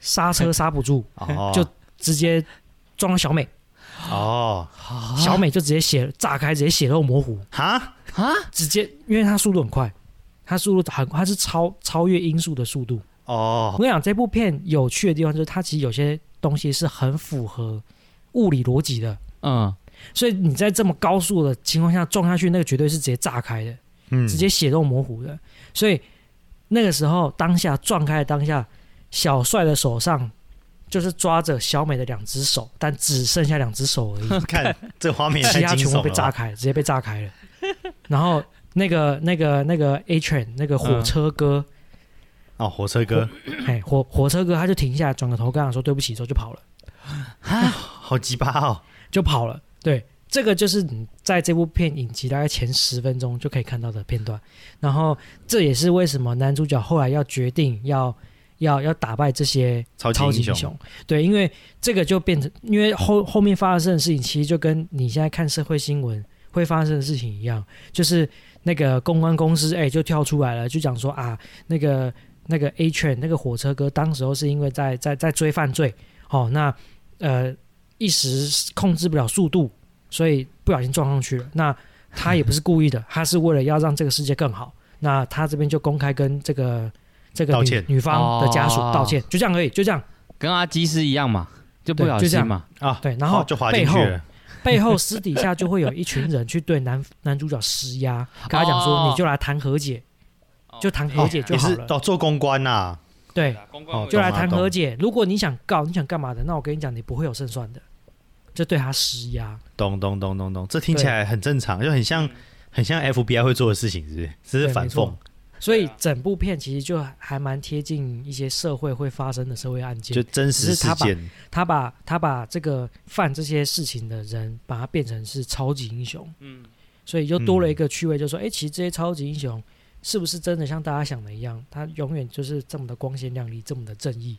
S1: 刹车刹不住，
S2: 哦，
S1: 就直接撞到小美，
S2: 哦
S1: 小美就直接血炸开，直接血肉模糊，
S2: 哈，
S3: 啊，
S1: 直接因为她速度很快，她速度很，她是超超越音速的速度，我
S2: 哦，
S1: 跟你讲，这部片有趣的地方就是它其实有些东西是很符合物理逻辑的，
S3: 嗯，
S1: 所以你在这么高速的情况下撞下去，那个绝对是直接炸开的，
S2: 嗯，
S1: 直接血肉模糊的。所以那个时候当下撞开的当下，小帅的手上就是抓着小美的两只手，但只剩下两只手而已。
S2: 看这画面也
S1: 其
S2: 太
S1: 他全
S2: 惊
S1: 部
S2: 悚
S1: 被
S2: 了
S1: 炸
S2: 吧。
S1: 开，直接被炸开了。 然后那个、那个、那个 A train 那个火
S3: 嗯
S1: 车哥，
S2: 哦，火车哥，
S1: 哎、火火车哥他就停下来，转个头跟他说对不起之后就跑了，
S2: 好鸡巴哦。
S1: 就跑了。对，这个就是你在这部片影集大概前十分钟就可以看到的片段。然后这也是为什么男主角后来要决定要要要打败这些
S2: 超级
S1: 超级英
S2: 英雄，
S1: 雄，对，因为这个就变成，因为后后面发生的事情，其实就跟你现在看社会新闻会发生的事情一样，就是那个公关公司哎、就跳出来了，就讲说啊，那个那个 A 券那个火车哥，当时候是因为在在在追犯罪，哦，那呃一时控制不了速度，所以不小心撞上去了。那他也不是故意的，他是为了要让这个世界更好。那他这边就公开跟这个这个
S2: 道
S1: 女
S2: 歉
S1: 女方的家属
S3: 哦
S1: 道歉，就这样而已，就这样。
S3: 跟阿基师一样嘛，就不
S1: 对
S3: 小
S1: 就这
S3: 心
S1: 样
S3: 嘛，
S2: 啊，
S1: 对然后
S2: 就滑进去
S1: 背后
S2: 了，
S1: 背后私底下就会有一群人去对男男主角施压，跟他讲说
S3: 哦
S1: 你就来谈和解，就谈和解就
S2: 也
S1: 好
S2: 是
S1: 了。
S2: 哦，做公关呐、
S1: 对，
S2: 哦
S1: 就来
S2: 懂啊
S1: 谈
S2: 懂
S1: 和解。如果你想告，你想干嘛的，那我跟你讲，你不会有胜算的。就对他施压，
S2: 懂懂懂懂懂，这听起来很正常，就很像很像 FBI 会做的事情，是不是？只
S1: 嗯对
S2: 是反
S1: 没
S2: 讽
S1: 错，所以
S3: 对啊
S1: 整部片其实就还蛮贴近一些社会会发生的社会案件
S2: 就，真实事
S1: 只
S2: 件，
S1: 他把他把这个犯这些事情的人，把他变成是超级英雄，
S3: 嗯，
S1: 所以就多了一个趣味，
S2: 嗯
S1: 就说，哎、其实这些超级英雄是不是真的像大家想的一样，他永远就是这么的光鲜亮丽，这么的正义？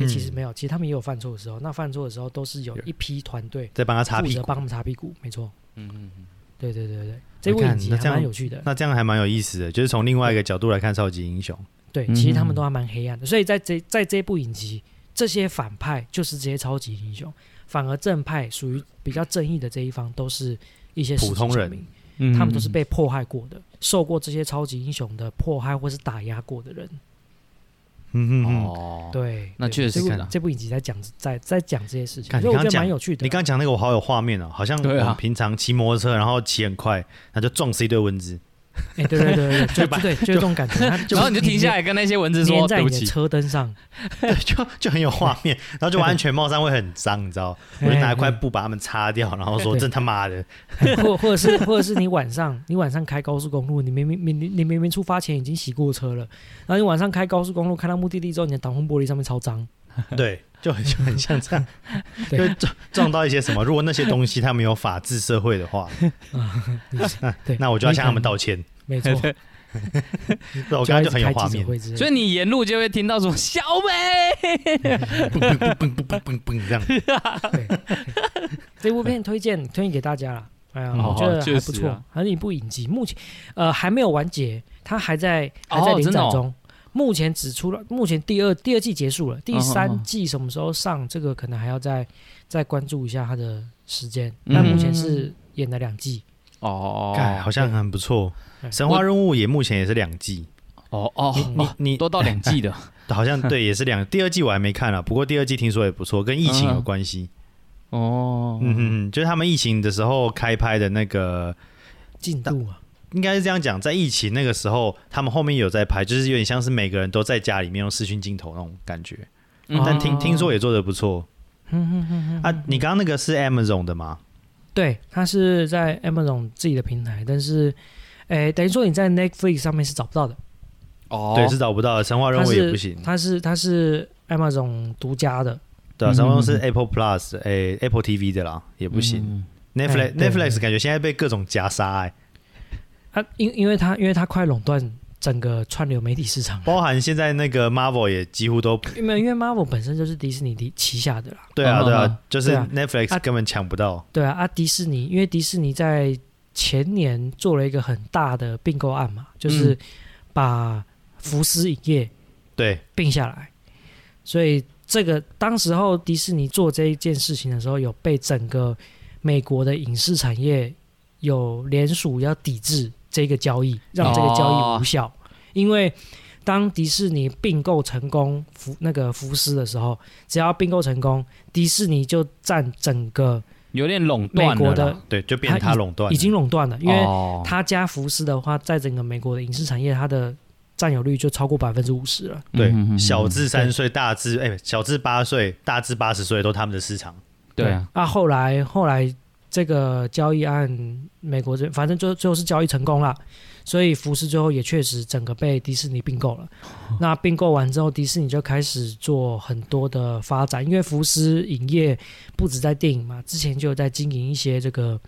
S1: 诶
S2: 嗯
S1: 其实没有，其实他们也有犯错的时候，那犯错的时候都是有
S2: 有
S1: 一批团队
S2: 在帮他擦
S1: 负
S2: 屁
S1: 责
S2: 股。
S1: 帮他们擦屁股，没错，
S3: 嗯嗯嗯，
S1: 对对对对对，这部
S2: 看
S1: 影集
S2: 那
S1: 还
S2: 这样
S1: 蛮有趣的，
S2: 那这样还蛮有意思的，就是从另外一个角度来看超级英雄。
S1: 对，
S3: 嗯
S1: 其实他们都还蛮黑暗的，所以在这在这部影集，这些反派就是这些超级英雄，反而正派属于比较正义的这一方，都是一些
S2: 普通人
S1: 实际上民，
S3: 嗯
S1: 他们都是被迫害过的，受过这些超级英雄的迫害或是打压过的人。
S2: 嗯嗯嗯。
S3: 哦，
S1: 对，
S3: 那
S1: 对
S3: 确实
S1: 这
S3: 看
S1: 部
S3: 啊
S1: 这部影集在讲在在讲这些事情，
S2: 看
S1: 所以我
S2: 你
S1: 觉
S2: 刚刚
S1: 得
S2: 讲
S1: 蛮有趣的。啊
S2: 你刚讲那个我好有画面哦，好像我
S3: 对啊
S2: 们平常骑摩托车，然后骑很快，那就撞死一堆 蚊子。
S1: 哎，对对 对对，就
S2: 就把
S1: 对，就是这种感觉。它
S3: 然后你就停下来跟那些蚊子
S1: 粘
S3: 说
S1: 在
S3: 对不
S1: 你的
S3: 起，
S1: 车灯上，
S2: 对，就就很有画面，然后就我安全帽上会很脏，你 知道？我就拿一块布把它们擦掉，然后说
S1: 哎嗯对
S2: 真他妈的，
S1: 或或者是或者是你晚上你晚上开高速公路，你明明明你明明出发前已经洗过车了，然后你晚上开高速公路开到目的地之后，你的挡风玻璃上面超脏，
S2: 对，就很就很像这样，
S1: 对
S2: 就撞撞到一些什么。如果那些东西他们有法治社会 的话，
S1: 你对，
S2: 那我就要
S1: 你
S2: 向
S1: 可
S2: 他
S1: 能
S2: 们道歉。
S1: 没错，
S2: 对，我刚刚就很有画面，
S3: 所以你沿路就会听到说小美，
S2: 嘣嘣嘣嘣嘣嘣嘣这 样。
S1: 这部片推荐推荐给大家啦。哎呀，
S3: 嗯
S1: 我觉得
S3: 哦
S1: 还
S3: 确
S1: 不
S3: 实
S1: 错
S3: 啊，
S1: 还是一部影集。目前呃还没有完结，它还在还在
S3: 哦
S1: 连
S3: 真的
S1: 载
S3: 哦
S1: 中。目前只出了，目前第二第二季结束了，第
S3: 嗯
S1: 三
S3: 嗯
S1: 季什么时候上？这个可能还要再再关注一下它的时间。
S3: 嗯
S1: 但目前是演了两季，
S3: 哦
S2: 看，好像很不错。
S1: 对
S2: 神话任务也目前也是两季，
S3: 哦哦
S2: 你
S3: 哦，
S2: 你你
S3: 多到两季的
S2: 好像对也是 两。第二季我还没看啊，不过第二季听说也不错，跟疫
S1: 嗯
S2: 情有关系。
S3: 哦，
S2: 嗯哼哼，就是他们疫情的时候开拍的那个，
S1: 进度啊，
S2: 应该是这样讲，在疫情那个时候，他们后面有在拍，就是有点像是每个人都在家里面用视讯镜头那种感觉。
S3: 嗯
S2: 但听听说也做的不错
S1: 哦嗯哼哼哼
S2: 啊。你刚刚那个是 Amazon 的吗？
S1: 对，它是在 Amazon 自己的平台，但是，诶，等于说你在 Netflix 上面是找不到的。
S3: 哦，
S2: 对，是找不到的，神话任
S1: 它
S2: 务啊也
S1: 是
S2: 不行。
S1: 它是它是 Amazon 独家的，
S2: 对啊，神话任务是
S3: 嗯
S2: Apple Plus，诶、a p p l e TV 的啦，也不行。
S3: 嗯。
S1: 哎
S2: Netflix
S1: 对
S2: Netflix 感觉现在被各种夹杀、哎，
S1: 它啊因因为它因为它快垄断整个串流媒体市场，
S2: 包含现在那个 Marvel 也几乎都
S1: 因为因为 Marvel 本身就是迪士尼的旗下的啦，
S2: 对啊
S3: 嗯嗯
S2: 对啊，就是
S1: 对啊
S2: Netflix
S1: 啊
S2: 根本抢不到。
S1: 对啊啊迪士尼，因为迪士尼在前年做了一个很大的并购案嘛，就是
S3: 嗯
S1: 把福斯影业
S2: 对，
S1: 并下来，所以这个当时候迪士尼做这一件事情的时候，有被整个美国的影视产业有联署要抵制这个交易，让这个交易无效，因为。当迪士尼并购成功福那个福斯的时候，只要并购成功，迪士尼就占整个
S3: 有点垄断
S1: 美国
S3: 了
S1: 的
S3: 啦，
S2: 对，就变成
S1: 它
S2: 他垄断了，
S1: 已经垄断了，因为
S3: 哦
S1: 他加福斯的话，在整个美国的影视产业，它的占有率就超过百分之五十了。
S2: 对
S3: 嗯嗯嗯嗯
S2: 小至三岁，大至哎、小至八岁，大至八十岁都他们的市场。
S3: 对啊，
S1: 啊，后来后来这个交易案，美国这反正最后最后是交易成功了，所以福斯最后也确实整个被迪士尼并购了。那并购完之后，迪士尼就开始做很多的发展，因为福斯影业不止在电影嘛，之前就有在经营一些这个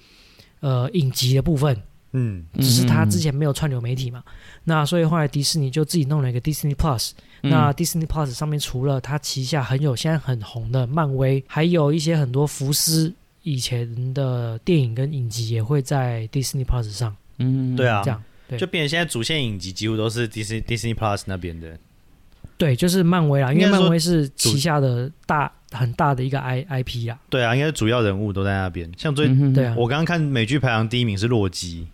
S1: 呃影集的部分，
S2: 嗯，
S1: 只是他之
S3: 己
S1: 前没有串流媒体嘛。那所以后来迪士尼就自己弄了一个 Disney Plus。那
S2: 嗯
S1: Disney Plus 上面除了它旗下很有现在很红的漫威，还有一些很多福斯以前的电影跟影集也会在 Disney Plus 上。
S3: 嗯
S2: 对，啊
S1: 这，样对
S2: 就变成现在主线影集几乎都是 Disney Disney Plus 那边的。
S1: 对，就是漫威啦，因为
S2: 应该说
S1: 漫威是旗下的大很大的一个 I I P 啦。
S2: 对啊，应该主要人物都在那边。像最、
S3: 嗯
S1: 对啊，
S2: 我刚刚看美剧排行第一名是洛基，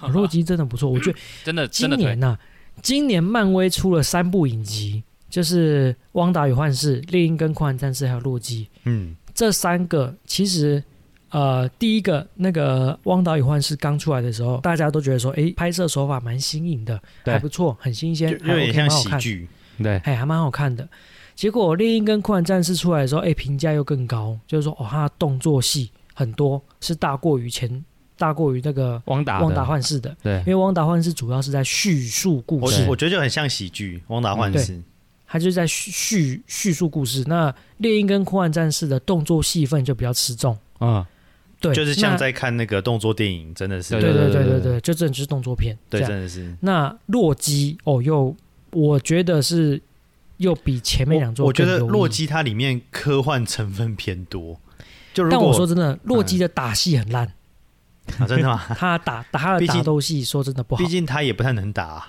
S1: 啊洛基真的不错，我觉 得
S3: 真的
S1: 今
S3: 真的
S1: 年
S3: 推
S1: 呐、今年漫威出了三部影集，就是《汪达与幻视》、《猎鹰跟酷寒战士》还有《洛基》。
S2: 嗯，
S1: 这三个其实，呃，第一个那个《汪达与幻视》刚出来的时候，大家都觉得说，诶，拍摄手法蛮新颖的，
S3: 对
S1: 还不错，很新
S2: 就
S1: 鲜，还
S2: 有点
S1: OK，
S2: 像
S1: 蛮好
S2: 喜
S1: 看，
S2: 剧。
S3: 对
S1: 哎，还蛮好看的。结果《猎鹰》跟《酷玩战士》出来的时候，诶，评价又更高，就是说，哦，它的动作戏很多是大过于前大过于那个
S3: 汪达的，
S1: 汪达幻视的，
S3: 对
S1: 因，为汪达幻视主要是在叙述故
S2: 我
S1: 事，
S2: 我觉得就很像喜剧，汪
S1: 嗯
S2: 达幻视，
S1: 它就是在叙叙叙述故事。那猎鹰跟科幻战士的动作戏份就比较吃重，
S3: 嗯，
S1: 对，
S2: 就是像
S1: 那
S2: 在看那个动作电影，真的是，
S1: 对对对
S3: 对
S1: 对
S3: 对
S1: 对，就真的就是动作片，
S2: 对，
S1: 这样
S2: 真的是。
S1: 那洛基哦，又我觉得是又比前面两座
S2: 我我觉得
S1: 更优异
S2: 洛，基它里面科幻成分偏多，就如
S1: 但
S2: 果嗯
S1: 我说真的，洛基的打戏很 烂，
S2: 啊真 的吗？
S1: 他打打他的
S2: 毕竟
S1: 打斗戏说真的不好
S2: 毕，竟他也不太能打啊，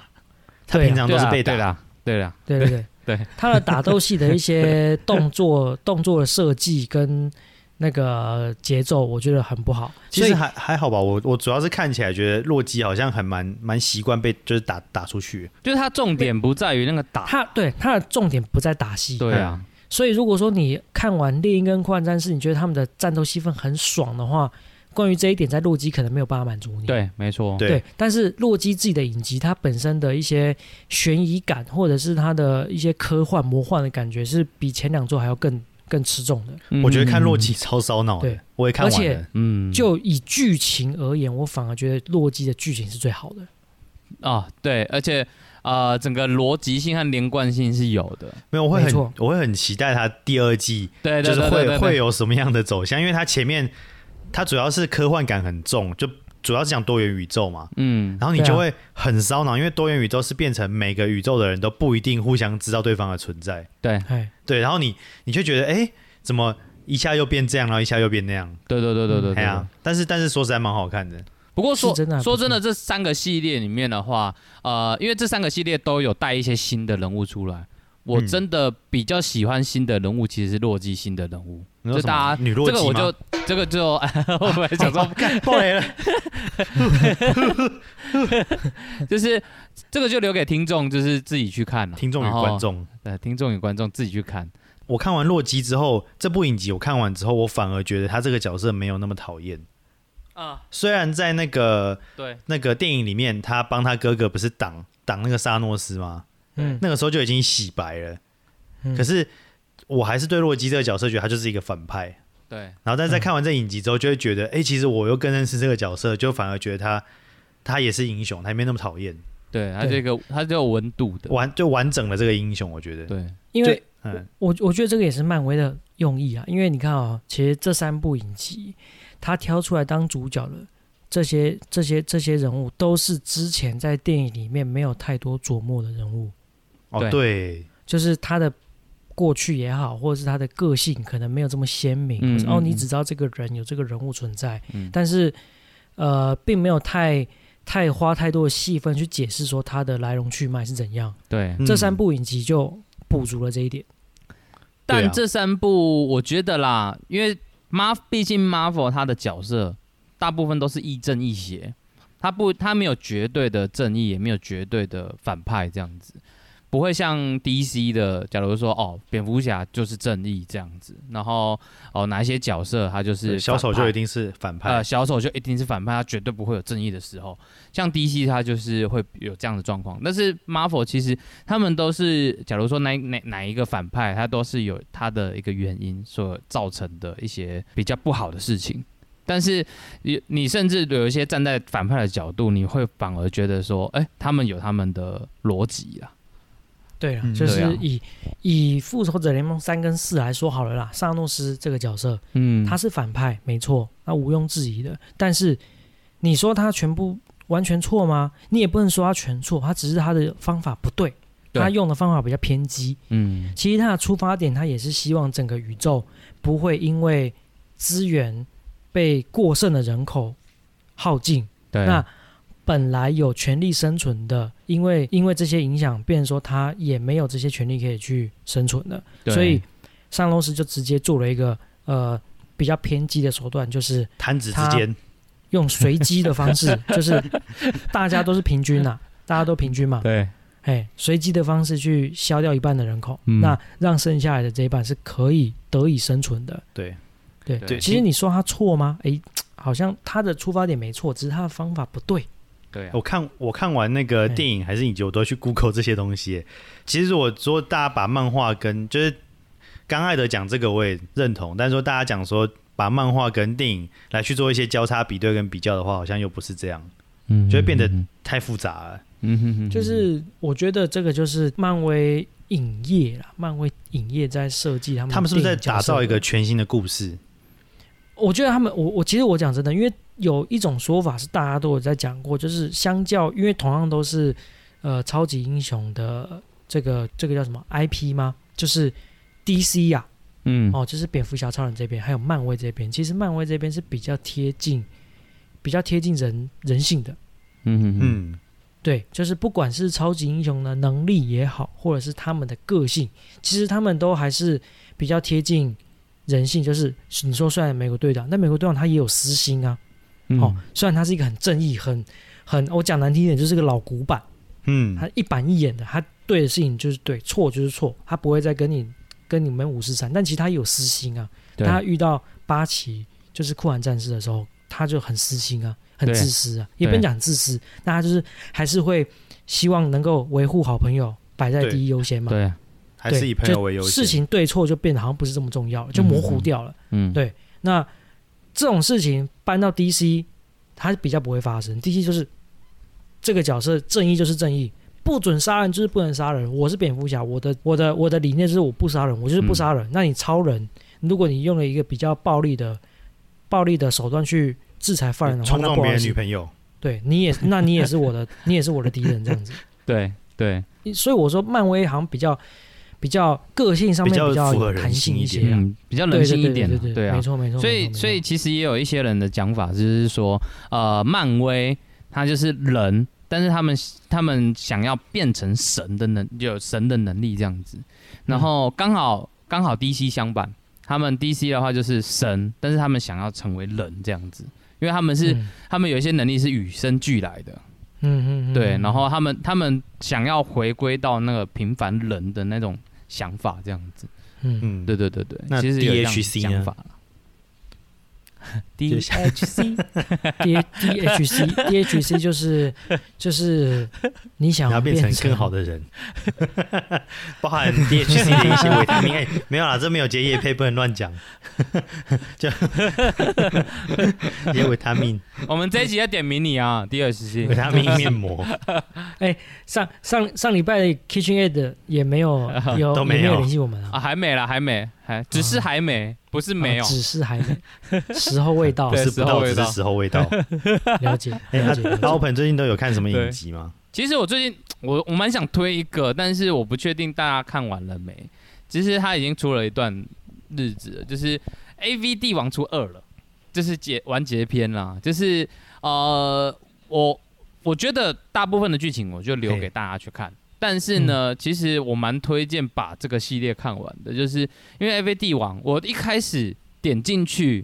S2: 他
S1: 对啊
S2: 平常都是被
S3: 对
S2: 打。
S3: 啦，对啦，
S1: 对对 对
S3: 对，
S1: 他的打斗戏的一些动作动作的设计跟那个节奏，我觉得很不好。
S2: 其
S1: 所
S2: 实
S1: 以
S2: 还还好吧，我我主要是看起来觉得洛基好像还蛮蛮习惯被就是打打出去。
S3: 就是它重点不在于那个打，
S1: 他对他的重点不在打戏，
S3: 对啊，
S1: 所以如果说你看完《猎鹰》跟《幻战士》，你觉得他们的战斗戏份很爽的话，关于这一点，在洛基可能没有办法满足你。
S3: 对，没错，
S2: 对
S1: 对，但是洛基自己的影集，它本身的一些悬疑感，或者是它的一些科幻魔幻的感觉，是比前两座还要更更吃重的。
S3: 嗯
S2: 我觉得看洛基，超烧脑
S1: 对
S2: 的，我也看
S1: 而
S2: 完
S1: 且
S2: 了。
S3: 嗯，
S1: 就以剧情而言，我反而觉得洛基的剧情是最好的。
S3: 啊，对，而且呃，整个逻辑性和连贯性是有的，
S2: 没有，我会
S1: 没
S2: 很
S1: 错
S2: 我会很期待他第二季
S3: 对，对
S2: 就是
S3: 对对
S2: 会
S3: 对
S2: 会
S3: 对
S2: 有什么样的走向，因为他前面他主要是科幻感很重，就主要是讲多元宇宙嘛。
S3: 嗯，
S2: 然后你
S1: 对啊
S2: 就会很烧脑，因为多元宇宙是变成每个宇宙的人都不一定互相知道对方的存在，
S3: 对，
S1: 哎，
S2: 对，然后你你就觉得，哎，怎么一下又变这样，然后一下又变那样，
S3: 对对对对对
S2: 哎
S3: 对。
S2: 呀，但是但是说实在蛮好看的，
S3: 不过说
S1: 是真的还不
S3: 说真的，啊这三个系列里面的话，呃，因为这三个系列都有带一些新的人物出来，我
S2: 嗯
S3: 真的比较喜欢新的人物，其实是洛基新的人物，
S2: 你
S3: 就
S2: 说什么
S3: 大家
S2: 女洛
S3: 这
S2: 基
S3: 个我
S2: 吗
S3: 就这个就 我本来想说
S2: 爆 雷了，
S3: 就是这个就留给听众，就是自己去看了。啊
S2: 听众与
S3: 然后
S2: 观，众。
S3: 对，听众与观众自己去看。
S2: 我看完《洛基》之后，这部影集我看完之后，我反而觉得他这个角色没有那么讨厌。
S3: 啊，
S2: 虽然在那个
S3: 对，
S2: 那个电影里面，他帮他哥哥不是挡挡那个沙诺斯吗？
S1: 嗯，
S2: 那个时候就已经洗白了。
S1: 嗯
S2: 可是我还是对洛基这个角色觉得他就是一个反派。
S3: 对，
S2: 然后，但是在看完这影集之后，就会觉得，哎、其实我又更认识这个角色，就反而觉得他他也是英雄，他也没那么讨厌。
S3: 对，他这个他就有温度的，
S2: 完就完整了这个英雄，我觉得。
S3: 对，
S1: 因为
S2: 嗯，
S1: 我我觉得这个也是漫威的用意啊，因为你看啊、其实这三部影集，他挑出来当主角的这些这些这些人物，都是之前在电影里面没有太多琢磨的人物，
S2: 哦
S3: 对
S2: 对，
S1: 就是他的过去也好，或者是他的个性可能没有这么鲜明，
S3: 嗯
S1: 或是哦，
S3: 嗯
S1: 你
S3: 嗯
S1: 只知道这个人有这个人物存在，
S3: 嗯
S1: 但是呃，并没有太太花太多的戏份去解释说他的来龙去脉是怎样。
S3: 对。
S1: 这
S2: 嗯
S1: 三部影集就补足了这一点。
S2: 啊
S3: 但这三部我觉得啦，因为 Mar 毕竟 Marvel 他的角色大部分都是亦正亦邪，他不他没有绝对的正义，也没有绝对的反派这样子，不会像 DC 的，假如说哦蝙蝠侠就是正义这样子，然后哦哪一些角色他就是
S2: 对小丑
S3: 反派
S2: 就一定是反派。
S3: 呃，小丑就一定是反派，他绝对不会有正义的时候。像 DC 他就是会有这样的状况，但是 Marvel 其实他们都是，假如说哪哪哪一个反派，他都是有他的一个原因所造成的一些比较不好的事情。但是你你甚至有一些站在反派的角度，你会反而觉得说，哎、他们有他们的逻辑啊。
S1: 对啊，
S2: 嗯
S1: 就是
S3: 对啊
S1: 以、以复仇者联盟三跟四来说好了啦，萨诺斯这个角色
S3: 嗯
S1: 他是反派，没错，那毋庸置疑的。但是你说他全部完全错吗？你也不能说他全错，他只是他的方法不对，
S3: 对
S1: 他用的方法比较偏激。
S3: 嗯
S1: 其实他的出发点，他也是希望整个宇宙不会因为资源被过剩的人口耗尽，
S3: 对
S1: 那本来有权利生存的，因为因为这些影响，变成说他也没有这些权利可以去生存了，
S3: 对
S1: 所以上龙石就直接做了一个呃比较偏激的手段，就是
S2: 弹指之
S1: 他
S2: 间，
S1: 用随机的方 式，就是大家都是平均呐、啊大家都平均嘛，
S3: 对
S1: 哎，随机的方式去消掉一半的人口，
S3: 嗯
S1: 那让剩下来的这一半是可以得以生存的。
S2: 对
S1: 对，
S3: 对
S1: 其实你说他错吗？哎，好像他的出发点没错，只是他的方法不对。
S3: 对啊
S2: 我看我看完那个电影还是影集，我都会去 Google 这些东西。其实我说大家把漫画跟就是刚艾德讲这个我也认同，但是说大家讲说把漫画跟电影来去做一些交叉比对跟比较的话，好像又不是这样，
S3: 嗯
S2: 就会变得太复杂了。
S3: 嗯哼哼，
S1: 就是我觉得这个就是漫威影业啦，漫威影业在设计他们，
S2: 他们是不是在打造一个？全新的故事？
S1: 我觉得他们，我我其实我讲真的，因为有一种说法是大家都有在讲过，就是相较，因为同样都是呃超级英雄的这个这个叫什么 IP 吗？就是 DC 呀、
S3: 嗯
S1: 哦，就是蝙蝠侠、超人这边，还有漫威这边，其实漫威这边是比较贴近，比较贴近人人性的。
S3: 嗯哼哼
S2: 嗯，
S1: 对，就是不管是超级英雄的能力也好，或者是他们的个性，其实他们都还是比较贴近人性。就是你说，虽然美国队长，但美国队长他也有私心啊。
S3: 嗯
S1: 哦，虽然他是一个很正义、很很，我讲难听一点，就是个老古板，
S2: 嗯，
S1: 他一板一眼的，他对的事情就是对，错就是错，他不会再跟你跟你们五十三。但其实他也有私心啊。
S3: 对
S1: 他遇到八旗就是酷寒战士的时候，他就很私心啊，很
S3: 对
S1: 自私啊，也不能
S3: 对
S1: 讲自私，那他就是还是会希望能够维护好朋友摆在
S2: 对
S1: 第一优先嘛。
S3: 对，
S2: 还
S1: 对
S2: 是以朋友为优
S1: 就
S2: 先。
S1: 事情对错就变得好像不是这么重要了，就模糊掉了。
S3: 嗯，
S1: 对那这种事情搬到 DC，它比较不会发生。DC 就是这个角色正义就是正义，不准杀人就是不能杀人。我是蝙蝠侠，我的我的我的理念就是我不杀人，我就是不杀
S2: 嗯
S1: 人。那你超人，如果你用了一个比较暴力的暴力的手段去制裁犯人的话，
S2: 冲
S1: 那
S2: 撞
S1: 不
S2: 别
S1: 好意
S2: 人女
S1: 思，
S2: 朋友，
S1: 对你也那你也是我的你也是我的敌人这 样子。
S3: 对对，
S1: 所以我说漫威好像比较比较个性上面
S2: 比较
S1: 比较
S2: 符合
S1: 有
S2: 人
S1: 弹性
S2: 性
S1: 一
S2: 一
S1: 些
S2: 点
S1: 啊，
S3: 嗯，比较
S1: 对
S3: 人性一点
S1: 对
S3: 啊，
S1: 对
S3: 对
S1: 没
S3: 啊。
S1: 错没错。
S3: 所
S1: 没
S3: 以
S1: 错
S3: 所以
S1: 没错
S3: 其实也有一些人的讲法，就是说，呃，漫威它就是人，但是他们他们想要变成神的能，有神的能力这样子。然后刚好刚好 DC 相反，他们 DC 的话就是神，但是他们想要成为人这样子，因为他们是、
S1: 嗯
S3: 他们有一些能力是与生俱来的。
S1: 嗯嗯嗯
S3: 对，
S1: 嗯
S3: 然后他们他们想要回归到那个平凡人的那种想法，这样子。
S1: 嗯，
S2: 嗯，
S3: 对对对对，
S2: 那
S3: 其实有这样
S2: DHC 呢
S3: 想法了。
S2: 就
S3: DHC
S1: D D H C D H C 就是就是你想
S2: 你要变
S1: 变
S2: 成更好的人， 包含 DHC 的一些维他 命。哎，没有啦，这没有结业配，不能乱讲。 就 一些维他命、
S3: 我们这一集要点名你啊，DHC
S2: 维。他命面膜，
S1: 上上上礼拜的 Kitchen Aid 也没 有有
S2: 都没有
S1: 也没联系我们啊，
S3: 啊，还没啦，还没，还只是还没，不是没有
S1: 啊。只是还没时候未到
S2: 不，是
S3: 对
S2: 不
S3: 时候
S2: 到，
S3: 未
S2: 只
S3: 到
S2: 是时候未到。
S1: 了解
S2: 哎，
S1: 了解了
S2: 老
S1: 解。
S2: 盆最近都有看什么
S3: 对
S2: 影集吗？
S3: 其实我最近我我蛮想推一个，但是我不确定大家看完了没。其实他已经出了一段日子了，就是《A V 帝王出二》了，就是结完结篇啦。就是呃，我我觉得大部分的剧情我就留
S2: 嘿
S3: 给大家去看。但是呢，其实我蛮推荐把这个系列看完的，就是因为《A V 帝王》，我一开始点进去，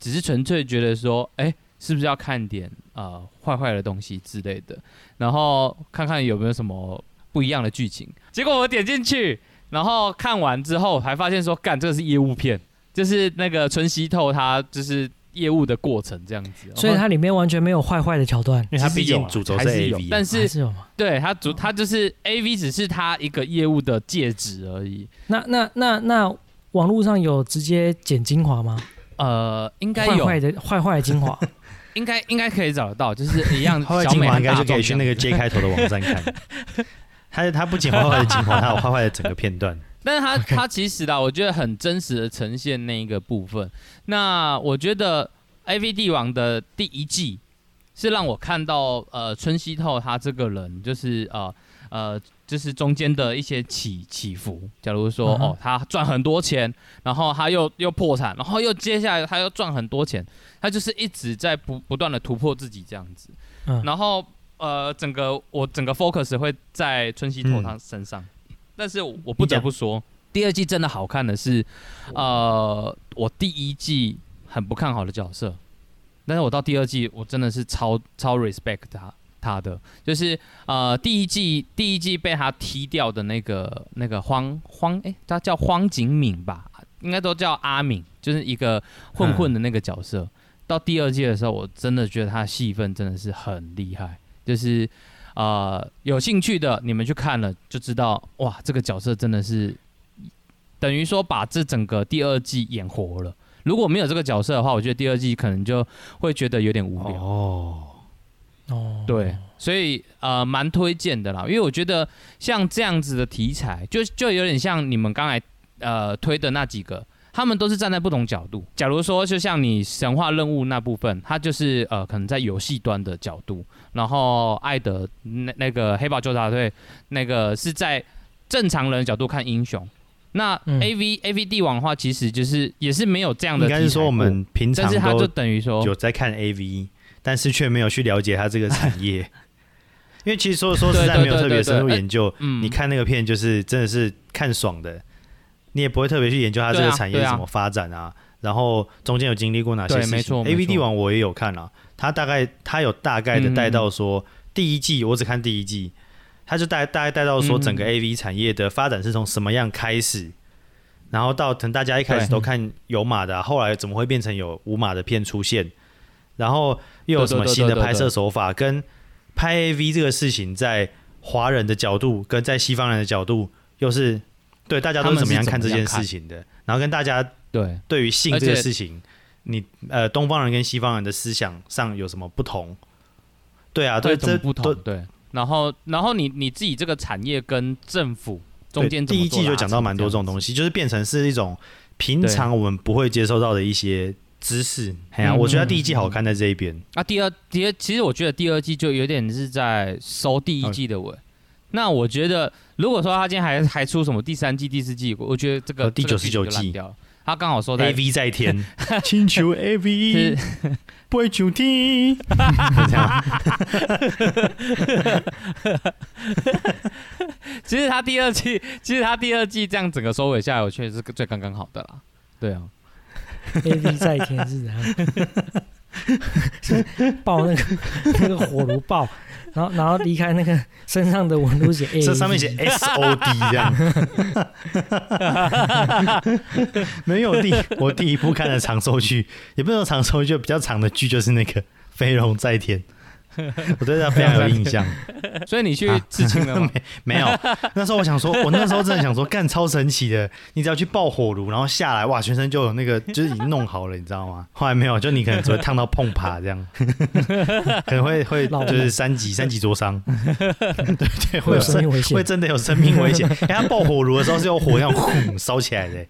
S3: 只是纯粹觉得说，哎、是不是要看点呃坏坏的东西之类的，然后看看有没有什么不一样的剧情。结果我点进去，然后看完之后还发现说，干，这个是业务片，就是那个春熙透他就是业务的过程这样子。
S1: 所以它里面完全没有坏坏的桥段，
S2: 因为它
S3: 其实
S2: 毕
S3: 有
S2: 竟
S3: 啊
S2: 主轴
S3: 还
S2: 是
S3: 是有
S2: AV，
S3: 但
S1: 还
S3: 是
S1: 是有吗？
S3: 对他主他就是 A V 只是他一个业务的介质而已。
S1: 那那那那网络上有直接剪精华吗？
S3: 呃，应该
S1: 坏
S3: 有，
S1: 坏的坏坏的精华，
S3: 应该应该可以找得到，就是一样
S2: 坏坏
S3: 小
S2: 精
S3: 美
S2: 华
S3: 和
S2: 应该
S3: 大
S2: 就可
S3: 壮
S2: 以去
S3: 这
S2: 那
S3: 样
S2: 个 J 开头的网站看。他他不仅坏坏的精华，他有坏坏的整个片段。
S3: 但是它它其实啊，我觉得很真实的呈现那一个部分。那我觉得《A V 帝王》的第一季是让我看到呃春熙透他这个人，就是呃呃就是中间的一些起起伏。假如说、
S1: 嗯哼
S3: 哦，他赚很多钱，然后他又又破产，然后又接下来他又赚很多钱，他就是一直在不不断的突破自己这样子。
S1: 嗯
S3: 然后呃，整个我整个 focus 会在春熙头他身上，但是我我不得不说，第二季真的好看的是，呃，我第一季很不看好的角色，但是我到第二季我真的是超超 respect 他他的，就是呃第一季第一季被他踢掉的那个那个荒荒诶，他叫荒景敏吧，应该都叫阿敏，就是一个混混的那个角色。到第二季的时候，我真的觉得他戏份真的是很厉害，就是呃有兴趣的你们去看了就知道，哇，这个角色真的是等于说把这整个第二季演活了。如果没有这个角色的话，我觉得第二季可能就会觉得有点无聊。
S2: 哦，
S1: 哦，
S3: 对，所以呃，蛮推荐的啦，因为我觉得像这样子的题材，就就有点像你们刚才呃推的那几个，他们都是站在不同角度。假如说，就像你神话任务那部分，它就是呃可能在游戏端的角度，然后艾德那那个黑豹纠察队那个是在正常人的角度看英雄。那
S1: 嗯
S3: A V、A V 帝王的话，其实就是也是没有这样的
S2: 应
S3: 题材
S2: 该
S3: 过，
S2: 是说我们平
S3: 但
S2: 常
S3: 是它就
S2: 都
S3: 等于说
S2: 有在看 AV，但是却没有去了解它这 个产业，因为其实说说实在没有特别深入研究，
S3: 嗯，
S2: 你看那个片就是真的是看爽的，你也不会特别去研究它这
S3: 对
S2: 个
S3: 啊
S2: 产业
S3: 对啊
S2: 怎么发展啊，然后中间有经历过哪些
S3: 对
S2: 事情。
S3: 没错没
S2: A V
S3: 错
S2: 帝王我也有看啊，他大概他有大概的带到说、
S3: 嗯
S2: 第一季，我只看第一季，他就带大概带到说
S3: 嗯
S2: 整个 A V 产业的发展是从什么样开始。然后到可能大家一开始
S3: 对
S2: 都看有码的啊、后来怎么会变成有无码的片出现？然后又有什么
S3: 对对对
S2: 新的
S3: 对对
S2: 拍摄手法？跟拍 AV 这个事情，在华人的角度跟在西方人的角度，又是对大家
S3: 他
S2: 都是
S3: 们
S2: 怎么样
S3: 是
S2: 看这
S3: 怎么
S2: 件
S3: 样看
S2: 事情的？然后跟大家
S3: 对
S2: 对于性
S3: 而
S2: 这个
S3: 且
S2: 事情，你呃东方人跟西方人的思想上有什么不同？对啊，
S3: 对，
S2: 对，
S3: 怎
S2: 这
S3: 么不同
S2: 都
S3: 对。然后，然后你你自己这个产业跟政府中
S2: 对
S3: 间怎
S2: 第
S3: 么
S2: 一
S3: 做
S2: 季就
S3: 拉
S2: 讲
S3: 扯
S2: 到蛮多这种
S3: 样
S2: 东西，就是变成是一种平
S3: 对
S2: 常我们不会接收到的一些知识。哎呀、
S3: 嗯
S2: 我觉得
S3: 嗯
S2: 第一季好看在这一边，
S3: 啊。第二第二，其实我觉得第二季就有点是在收第一季的尾。那我觉得，如果说他今天还还出什么第三季、第四季，我我觉得这个
S2: 呃第
S3: 这个剧
S2: 99
S3: 就烂
S2: 季
S3: 掉了。他刚好收在
S2: A V 在天， 请求 A
S3: 是
S2: V 不会主题，这样
S3: 其实他第二季，其实他第二季这样整个收尾下来，我确实是最刚刚好的啦。对啊，
S1: A V 在天是怎样？ 是爆那个 那个火炉爆，然后然后离开那个身上的纹路 写 A，
S2: 这上面写 S O D 这样。 没有第我第一部看的长寿剧，也不能说长寿剧，比较长的剧就是那个《飞龙在天》，我对它非常有印象。
S3: 所以你去
S2: 啊
S3: 刺青了吗？
S2: 没有，那时候我想说，我那时候真的想说，干超神奇的，你只要去爆火炉，然后下来， 哇，全身就有那个，就是已经弄好了，你知道吗？后来没有，就你可能只会烫到碰趴 这样，可能会会
S1: 老了
S2: 就是三级三级 灼伤，对
S1: 会
S2: 对，会
S1: 有
S2: 有
S1: 生
S2: 生
S1: 命危险
S2: 会，真的有生命危险。哎、他爆火炉的时候是有火这样轰烧起来 的、
S1: 对啊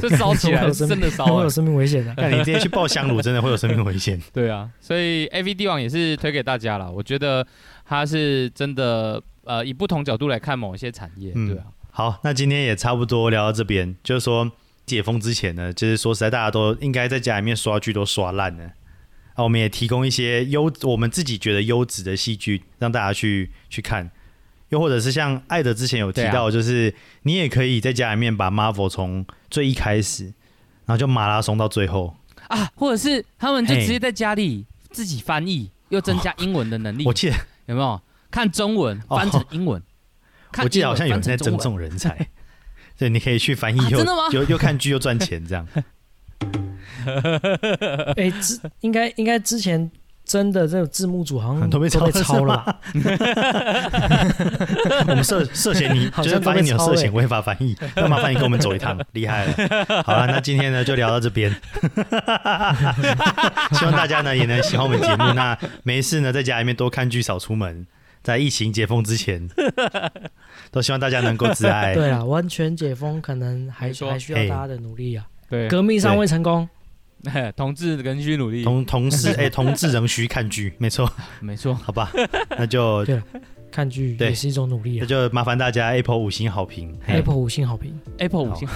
S3: 这烧起
S1: 会
S3: 来
S1: 有生
S3: 真的烧、
S1: 会
S3: 欸
S1: 有，生命危 险的。
S2: 那你直接去爆香炉，真的会有生命危险。
S3: 对啊，所以 A V 帝王也是推给大家啦。我觉得它是真的，呃，以不同角度来看某一些产业，
S2: 嗯
S3: 对啊，
S2: 好，那今天也差不多聊到这边，就是说解封之前呢，就是说实在大家都应该在家里面刷剧都刷烂了。啊，我们也提供一些优，我们自己觉得优质的戏剧让大家去去看，又或者是像艾德之前有提到，
S3: 啊
S2: 就是你也可以在家里面把 Marvel 从最一开始，然后就马拉松到最后。
S3: 啊，或者是他们就
S2: 嘿哦
S3: 直接在家里自己翻译，又增加英文的能力，
S2: 我记得
S3: 有没有？看中文
S2: 哦
S3: 翻成英文， 看
S2: 我记得好像有人
S3: 英
S2: 在
S3: 文翻成
S2: 尊
S3: 中文
S2: 重人才， 对，你可以去翻译
S3: 啊
S2: 又、
S3: 真的吗
S2: 又又看剧又赚钱这样。
S1: 哎，之应该应该之前真的这个字幕组好像
S2: 都被抄
S1: 嗯被抄了 吧？
S2: 我们涉涉嫌你，
S1: 好
S2: 就
S1: 像
S2: 是发现你有
S1: 都被抄
S2: 涉
S1: 欸
S2: 嫌违法翻 译，那麻烦你跟我们走一趟，厉害了。好了，那今天呢就聊到这边， 希望大家呢也能喜欢我们节目。那没事呢，在家里面多看剧，少出门，在疫情解封之前，都希望大家能够自爱。
S1: 对啊，完全解封可能还
S3: 没错哎
S1: 还需要
S2: 嘿
S1: 大家的努力啊，
S3: 对，
S1: 革命尚未成功。
S3: 同志跟需努力，
S2: 同同事哎、同志仍需看剧，没错，
S3: 没错，
S2: 好吧，那就
S1: 对看剧
S2: 对
S1: 也是一种努力
S2: 那
S1: 啊。
S2: 就麻烦大家 Apple 五星好评。嘿
S1: Apple 五星好评，
S3: Apple 五星。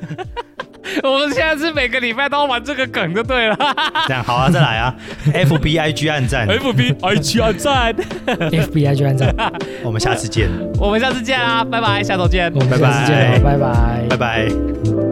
S3: 我们现在是每个礼拜都要玩这个梗就对了
S2: 这样好啊，再来啊，FBIG 暗战，
S3: ，F B I G 二战，
S1: FBI 居然在，
S2: 我们下次见，
S3: 啊我们下次见啦，拜拜，下周见。
S1: 我们
S2: 拜
S1: 下次见
S2: 拜
S1: 了，拜拜
S2: 拜。拜。